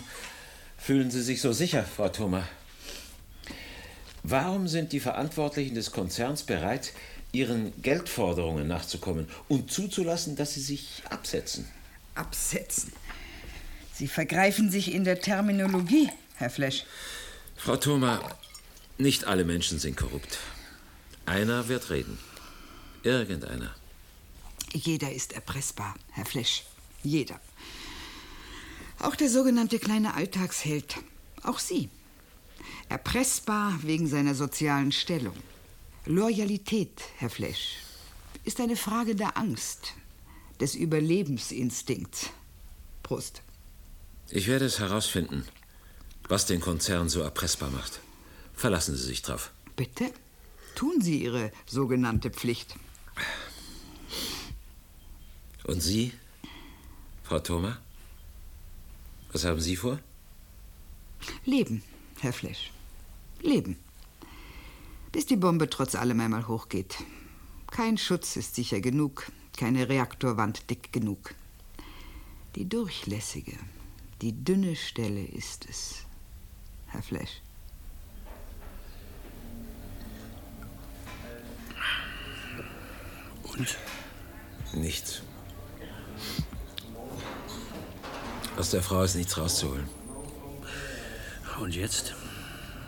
Speaker 7: fühlen Sie sich so sicher, Frau Thoma? Warum sind die Verantwortlichen des Konzerns bereit, ihren Geldforderungen nachzukommen und zuzulassen, dass sie sich absetzen?
Speaker 8: Absetzen. Sie vergreifen sich in der Terminologie, Herr Flesch.
Speaker 7: Frau Thoma, nicht alle Menschen sind korrupt. Einer wird reden. Irgendeiner.
Speaker 8: Jeder ist erpressbar, Herr Flesch. Jeder. Auch der sogenannte kleine Alltagsheld. Auch Sie. Erpressbar wegen seiner sozialen Stellung. Loyalität, Herr Flesch, ist eine Frage der Angst, des Überlebensinstinkts. Prost.
Speaker 7: Ich werde es herausfinden. Was den Konzern so erpressbar macht. Verlassen Sie sich drauf.
Speaker 14: Bitte? Tun Sie Ihre sogenannte Pflicht.
Speaker 7: Und Sie, Frau Thoma? Was haben Sie vor?
Speaker 14: Leben, Herr Flesch. Leben. Bis die Bombe trotz allem einmal hochgeht. Kein Schutz ist sicher genug, keine Reaktorwand dick genug. Die durchlässige, die dünne Stelle ist es, Herr Flesch.
Speaker 7: Und? Nichts. Aus der Frau ist nichts rauszuholen.
Speaker 11: Und jetzt?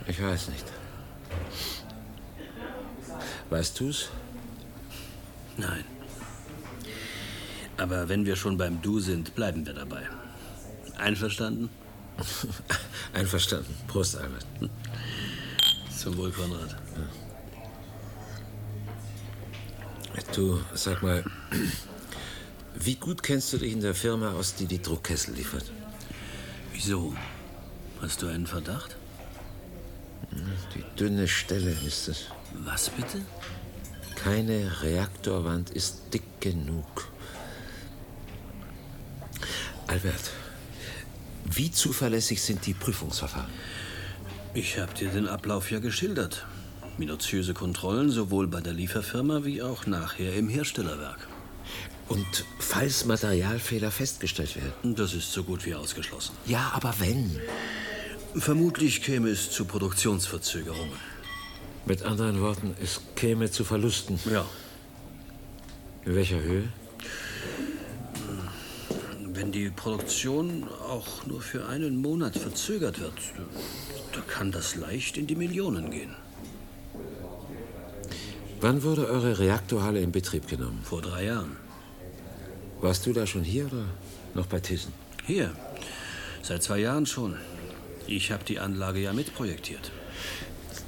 Speaker 7: Ich weiß nicht. Weißt du's?
Speaker 11: Nein. Aber wenn wir schon beim Du sind, bleiben wir dabei. Einverstanden?
Speaker 7: Einverstanden. Prost, Albert.
Speaker 11: Hm. Zum Wohl, Konrad.
Speaker 7: Du, sag mal, wie gut kennst du dich in der Firma aus, die die Druckkessel liefert?
Speaker 11: Wieso? Hast du einen Verdacht?
Speaker 7: Hm, Die dünne Stelle ist es.
Speaker 11: Was bitte?
Speaker 7: Keine Reaktorwand ist dick genug. Albert, wie zuverlässig sind die Prüfungsverfahren?
Speaker 11: Ich habe dir den Ablauf ja geschildert. Minutiöse Kontrollen sowohl bei der Lieferfirma wie auch nachher im Herstellerwerk.
Speaker 7: Und falls Materialfehler festgestellt werden?
Speaker 11: Das ist so gut wie ausgeschlossen.
Speaker 7: Ja, aber wenn?
Speaker 11: Vermutlich käme es zu Produktionsverzögerungen.
Speaker 7: Mit anderen Worten, es käme zu Verlusten.
Speaker 11: Ja.
Speaker 7: In welcher Höhe?
Speaker 11: Wenn die Produktion auch nur für einen Monat verzögert wird, da kann das leicht in die Millionen gehen.
Speaker 7: Wann wurde eure Reaktorhalle in Betrieb genommen?
Speaker 11: Vor drei Jahren.
Speaker 7: Warst du da schon hier oder noch bei Thyssen?
Speaker 11: Hier. Seit zwei Jahren schon. Ich habe die Anlage ja mitprojektiert.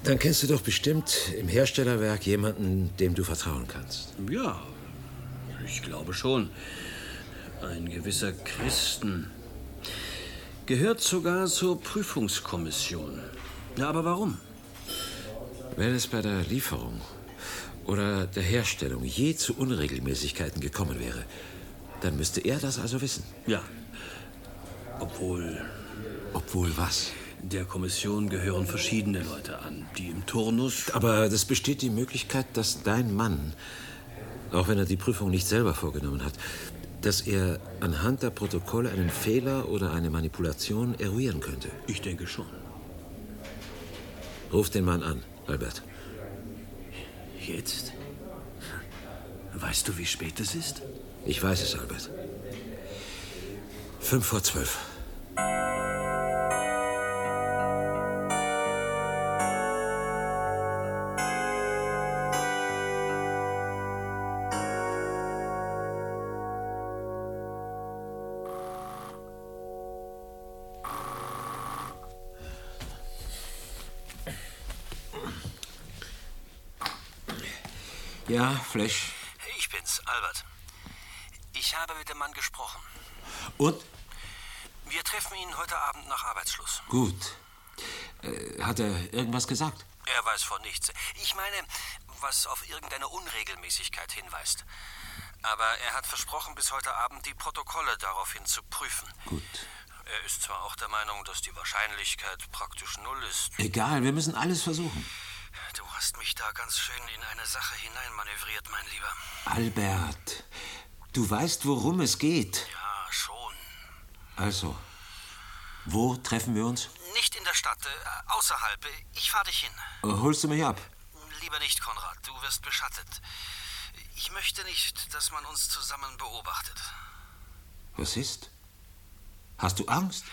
Speaker 7: Dann kennst du doch bestimmt im Herstellerwerk jemanden, dem du vertrauen kannst.
Speaker 11: Ja, ich glaube schon. Ein gewisser Christen. Gehört sogar zur Prüfungskommission. Ja, aber warum?
Speaker 7: Wenn es bei der Lieferung oder der Herstellung je zu Unregelmäßigkeiten gekommen wäre, dann müsste er das also wissen.
Speaker 11: Ja. Obwohl.
Speaker 7: Obwohl was?
Speaker 11: Der Kommission gehören verschiedene Leute an, die im Turnus.
Speaker 7: Aber das besteht die Möglichkeit, dass dein Mann, auch wenn er die Prüfung nicht selber vorgenommen hat, dass er anhand der Protokolle einen Fehler oder eine Manipulation eruieren könnte.
Speaker 11: Ich denke schon.
Speaker 7: Ruf den Mann an, Albert.
Speaker 11: Jetzt? Weißt du, wie spät es ist?
Speaker 7: Ich weiß es, Albert. Fünf vor zwölf. Ja, Flash.
Speaker 11: Ich bin's, Albert. Ich habe mit dem Mann gesprochen.
Speaker 7: Und?
Speaker 11: Wir treffen ihn heute Abend nach Arbeitsschluss.
Speaker 7: Gut. Äh, hat er irgendwas gesagt?
Speaker 11: Er weiß von nichts. Ich meine, was auf irgendeine Unregelmäßigkeit hinweist. Aber er hat versprochen, bis heute Abend die Protokolle daraufhin zu prüfen.
Speaker 7: Gut.
Speaker 11: Er ist zwar auch der Meinung, dass die Wahrscheinlichkeit praktisch null ist.
Speaker 7: Egal, wir müssen alles versuchen.
Speaker 11: Du hast mich da ganz schön in eine Sache hineinmanövriert, mein Lieber.
Speaker 7: Albert, du weißt, worum es geht.
Speaker 11: Ja, schon.
Speaker 7: Also, wo treffen wir uns?
Speaker 11: Nicht in der Stadt, äh, außerhalb. Ich fahre dich hin.
Speaker 7: Äh, Holst du mich ab?
Speaker 11: Lieber nicht, Konrad. Du wirst beschattet. Ich möchte nicht, dass man uns zusammen beobachtet.
Speaker 7: Was ist? Hast du Angst?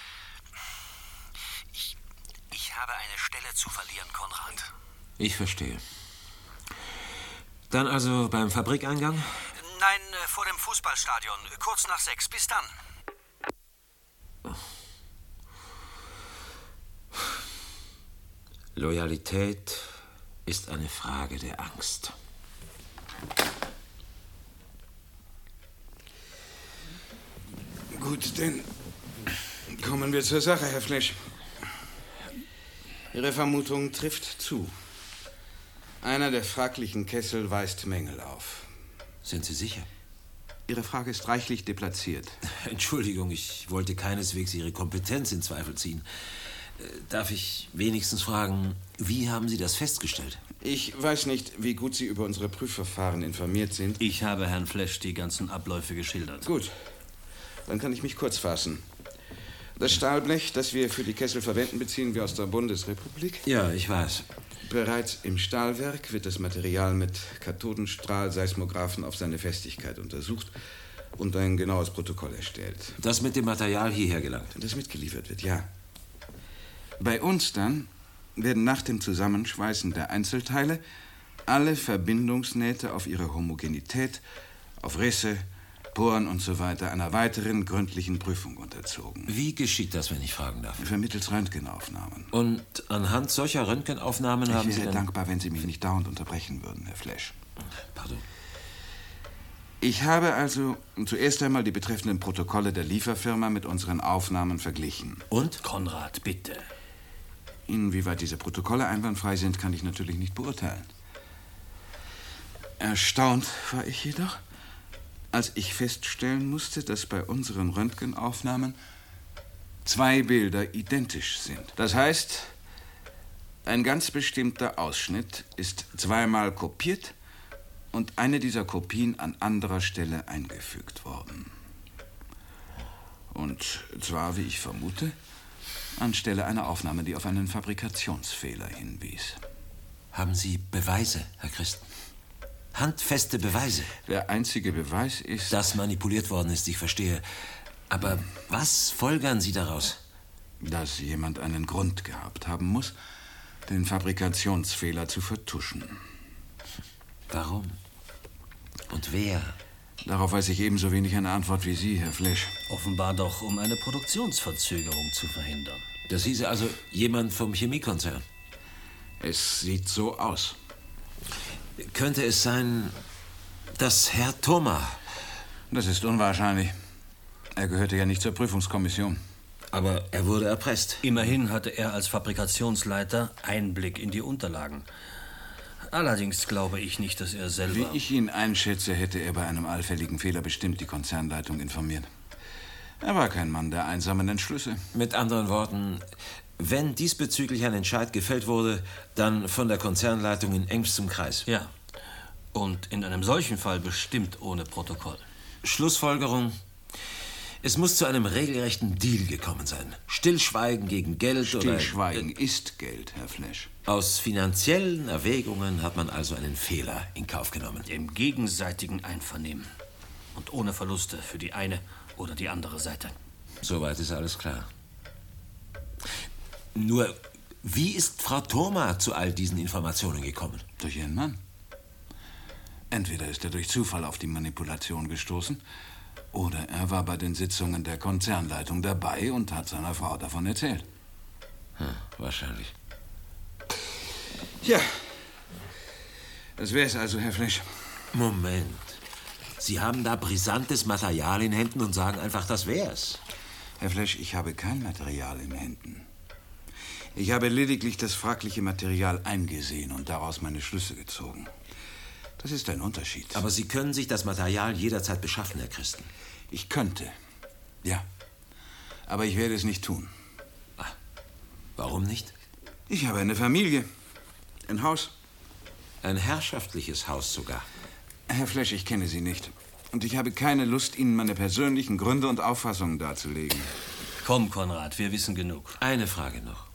Speaker 11: Ich, ich habe eine Stelle zu verlieren, Konrad.
Speaker 7: Ich verstehe. Dann also beim Fabrikeingang?
Speaker 11: Nein, vor dem Fußballstadion. Kurz nach sechs. Bis dann.
Speaker 7: Loyalität ist eine Frage der Angst.
Speaker 15: Gut, dann kommen wir zur Sache, Herr Flesch.
Speaker 11: Ihre Vermutung trifft zu. Einer der fraglichen Kessel weist Mängel auf.
Speaker 7: Sind Sie sicher?
Speaker 11: Ihre Frage ist reichlich deplatziert.
Speaker 7: Entschuldigung, ich wollte keineswegs Ihre Kompetenz in Zweifel ziehen. Äh, Darf ich wenigstens fragen, wie haben Sie das festgestellt?
Speaker 11: Ich weiß nicht, wie gut Sie über unsere Prüfverfahren informiert sind.
Speaker 6: Ich habe Herrn Flesch die ganzen Abläufe geschildert.
Speaker 11: Gut, dann kann ich mich kurz fassen. Das Stahlblech, das wir für die Kessel verwenden, beziehen wir aus der Bundesrepublik.
Speaker 7: Ja, ich weiß.
Speaker 11: Bereits im Stahlwerk wird das Material mit Kathodenstrahlseismographen auf seine Festigkeit untersucht und ein genaues Protokoll erstellt.
Speaker 7: Das mit dem Material hierher gelangt.
Speaker 11: Das mitgeliefert wird, ja. Bei uns dann werden nach dem Zusammenschweißen der Einzelteile alle Verbindungsnähte auf ihre Homogenität, auf Risse, Poren und so weiter einer weiteren gründlichen Prüfung unterzogen.
Speaker 7: Wie geschieht das, wenn ich fragen darf?
Speaker 11: Vermittels Röntgenaufnahmen.
Speaker 7: Und anhand solcher Röntgenaufnahmen haben
Speaker 11: ich
Speaker 7: Sie
Speaker 11: wäre
Speaker 7: dann...
Speaker 11: dankbar, wenn Sie mich nicht dauernd unterbrechen würden, Herr Flesch. Pardon. Ich habe also zuerst einmal die betreffenden Protokolle der Lieferfirma mit unseren Aufnahmen verglichen.
Speaker 6: Und? Konrad, bitte.
Speaker 11: Inwieweit diese Protokolle einwandfrei sind, kann ich natürlich nicht beurteilen. Erstaunt war ich jedoch, als ich feststellen musste, dass bei unseren Röntgenaufnahmen zwei Bilder identisch sind. Das heißt, ein ganz bestimmter Ausschnitt ist zweimal kopiert und eine dieser Kopien an anderer Stelle eingefügt worden. Und zwar, wie ich vermute, anstelle einer Aufnahme, die auf einen Fabrikationsfehler hinwies.
Speaker 7: Haben Sie Beweise, Herr Christen? Handfeste Beweise.
Speaker 11: Der einzige Beweis ist.
Speaker 7: Dass manipuliert worden ist, ich verstehe. Aber was folgern Sie daraus?
Speaker 11: Dass jemand einen Grund gehabt haben muss, den Fabrikationsfehler zu vertuschen.
Speaker 7: Warum? Und wer?
Speaker 11: Darauf weiß ich ebenso wenig eine Antwort wie Sie, Herr Flesch.
Speaker 6: Offenbar doch, um eine Produktionsverzögerung zu verhindern.
Speaker 7: Das hieße also jemand vom Chemiekonzern.
Speaker 11: Es sieht so aus.
Speaker 7: Könnte es sein, dass Herr Thoma.
Speaker 11: Das ist unwahrscheinlich. Er gehörte ja nicht zur Prüfungskommission.
Speaker 7: Aber er wurde erpresst.
Speaker 6: Immerhin hatte er als Fabrikationsleiter Einblick in die Unterlagen. Allerdings glaube ich nicht, dass er
Speaker 11: Wie
Speaker 6: selber.
Speaker 11: ich ihn einschätze, hätte er bei einem allfälligen Fehler bestimmt die Konzernleitung informiert. Er war kein Mann der einsamen Entschlüsse.
Speaker 7: Mit anderen Worten, wenn diesbezüglich ein Entscheid gefällt wurde, dann von der Konzernleitung in engstem Kreis.
Speaker 6: Ja. Und in einem solchen Fall bestimmt ohne Protokoll.
Speaker 7: Schlussfolgerung. Es muss zu einem regelrechten Deal gekommen sein. Stillschweigen gegen Geld oder...
Speaker 11: Stillschweigen ist Geld, Herr Flesch.
Speaker 7: Aus finanziellen Erwägungen hat man also einen Fehler in Kauf genommen.
Speaker 6: Im gegenseitigen Einvernehmen. Und ohne Verluste für die eine oder die andere Seite.
Speaker 7: Soweit ist alles klar. Nur, wie ist Frau Thoma zu all diesen Informationen gekommen?
Speaker 11: Durch ihren Mann. Entweder ist er durch Zufall auf die Manipulation gestoßen, oder er war bei den Sitzungen der Konzernleitung dabei und hat seiner Frau davon erzählt.
Speaker 7: Hm, wahrscheinlich.
Speaker 11: Ja. Das wäre es also, Herr Flesch.
Speaker 7: Moment. Sie haben da brisantes Material in Händen und sagen einfach, das wär's.
Speaker 11: Herr Flesch, ich habe kein Material in Händen. Ich habe lediglich das fragliche Material eingesehen und daraus meine Schlüsse gezogen. Das ist ein Unterschied.
Speaker 7: Aber Sie können sich das Material jederzeit beschaffen, Herr Christen.
Speaker 11: Ich könnte. Ja. Aber ich werde es nicht tun.
Speaker 7: Warum nicht?
Speaker 11: Ich habe eine Familie. Ein Haus.
Speaker 7: Ein herrschaftliches Haus sogar.
Speaker 11: Herr Flesch, ich kenne Sie nicht. Und ich habe keine Lust, Ihnen meine persönlichen Gründe und Auffassungen darzulegen.
Speaker 6: Komm, Konrad, wir wissen genug.
Speaker 7: Eine Frage noch.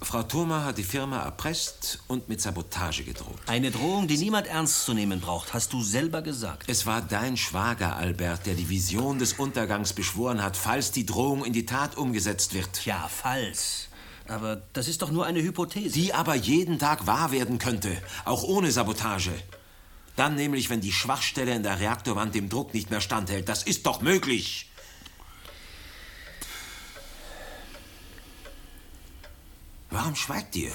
Speaker 7: Frau Thoma hat die Firma erpresst und mit Sabotage gedroht.
Speaker 6: Eine Drohung, die niemand ernst zu nehmen braucht, hast du selber gesagt.
Speaker 7: Es war dein Schwager, Albert, der die Vision des Untergangs beschworen hat, falls die Drohung in die Tat umgesetzt wird.
Speaker 6: Ja, falls. Aber das ist doch nur eine Hypothese.
Speaker 7: Die aber jeden Tag wahr werden könnte, auch ohne Sabotage. Dann nämlich, wenn die Schwachstelle in der Reaktorwand dem Druck nicht mehr standhält. Das ist doch möglich. Warum schweigt ihr?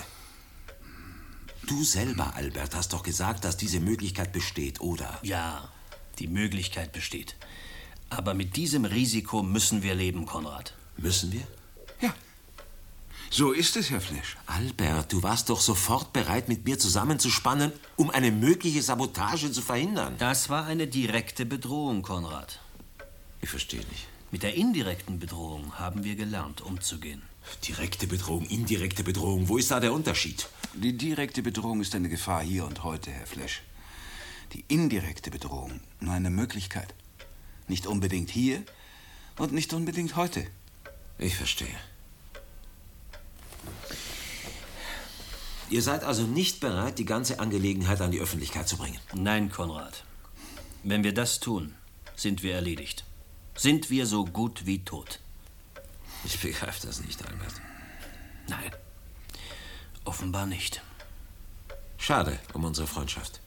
Speaker 7: Du selber, Albert, hast doch gesagt, dass diese Möglichkeit besteht, oder?
Speaker 6: Ja, die Möglichkeit besteht. Aber mit diesem Risiko müssen wir leben, Konrad.
Speaker 7: Müssen wir?
Speaker 11: Ja.
Speaker 16: So ist es, Herr Flesch.
Speaker 7: Albert, du warst doch sofort bereit, mit mir zusammenzuspannen, um eine mögliche Sabotage zu verhindern.
Speaker 11: Das war eine direkte Bedrohung, Konrad.
Speaker 7: Ich verstehe nicht.
Speaker 11: Mit der indirekten Bedrohung haben wir gelernt, umzugehen.
Speaker 7: Direkte Bedrohung, indirekte Bedrohung. Wo ist da der Unterschied?
Speaker 16: Die direkte Bedrohung ist eine Gefahr hier und heute, Herr Flesch. Die indirekte Bedrohung nur eine Möglichkeit. Nicht unbedingt hier und nicht unbedingt heute.
Speaker 7: Ich verstehe. Ihr seid also nicht bereit, die ganze Angelegenheit an die Öffentlichkeit zu bringen.
Speaker 11: Nein, Konrad. Wenn wir das tun, sind wir erledigt. Sind wir so gut wie tot.
Speaker 7: Ich begreife das nicht, Albert.
Speaker 11: Nein. Offenbar nicht.
Speaker 7: Schade um unsere Freundschaft.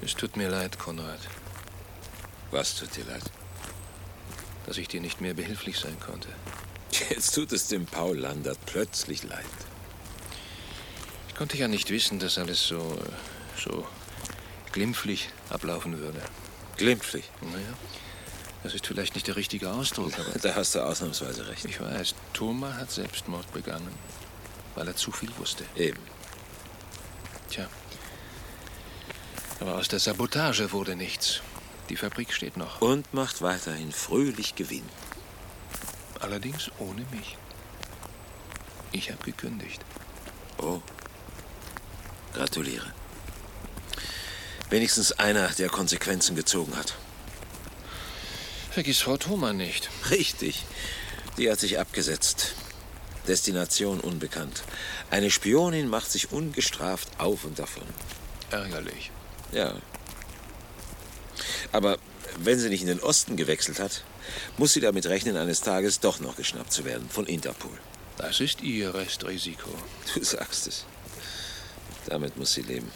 Speaker 6: Es tut mir leid, Konrad. Was tut dir leid? Dass ich dir nicht mehr behilflich sein konnte.
Speaker 7: Jetzt tut es dem Paul Landert plötzlich leid.
Speaker 6: Ich konnte ja nicht wissen, dass alles so, äh, so glimpflich ablaufen würde.
Speaker 7: Glimpflich?
Speaker 6: Naja, das ist vielleicht nicht der richtige Ausdruck, aber...
Speaker 7: Da hast du ausnahmsweise recht.
Speaker 6: Ich weiß, Thoma hat Selbstmord begangen, weil er zu viel wusste.
Speaker 7: Eben.
Speaker 6: Tja. Aber aus der Sabotage wurde nichts. Die Fabrik steht noch.
Speaker 7: Und macht weiterhin fröhlich Gewinn.
Speaker 6: Allerdings ohne mich. Ich habe gekündigt.
Speaker 7: Oh. Gratuliere. Wenigstens einer, der Konsequenzen gezogen hat.
Speaker 6: Vergiss Frau Thoma nicht.
Speaker 7: Richtig. Die hat sich abgesetzt. Destination unbekannt. Eine Spionin macht sich ungestraft auf und davon.
Speaker 6: Ärgerlich.
Speaker 7: Ja. Aber wenn sie nicht in den Osten gewechselt hat, muss sie damit rechnen, eines Tages doch noch geschnappt zu werden von Interpol.
Speaker 6: Das ist ihr Restrisiko.
Speaker 7: Du sagst es. Damit muss sie leben.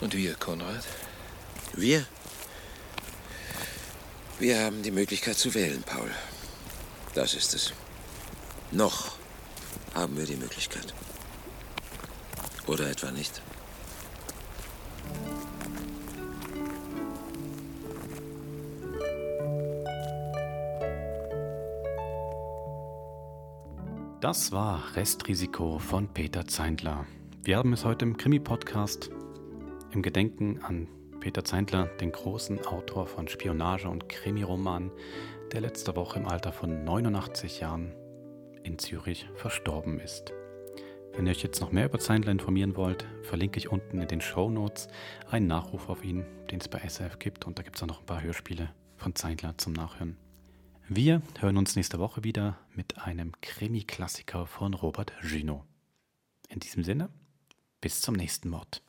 Speaker 6: Und wir, Konrad?
Speaker 7: Wir? Wir haben die Möglichkeit zu wählen, Paul. Das ist es. Noch haben wir die Möglichkeit. Oder etwa nicht?
Speaker 1: Das war Restrisiko von Peter Zeindler. Wir haben es heute im Krimi-Podcast im Gedenken an Peter Zeindler, den großen Autor von Spionage- und Krimiromanen, der letzte Woche im Alter von 89 Jahren in Zürich verstorben ist. Wenn ihr euch jetzt noch mehr über Zeindler informieren wollt, verlinke ich unten in den Show Notes einen Nachruf auf ihn, den es bei SF gibt. Und da gibt es auch noch ein paar Hörspiele von Zeindler zum Nachhören. Wir hören uns nächste Woche wieder mit einem Krimi-Klassiker von Robert Gino. In diesem Sinne, bis zum nächsten Mord.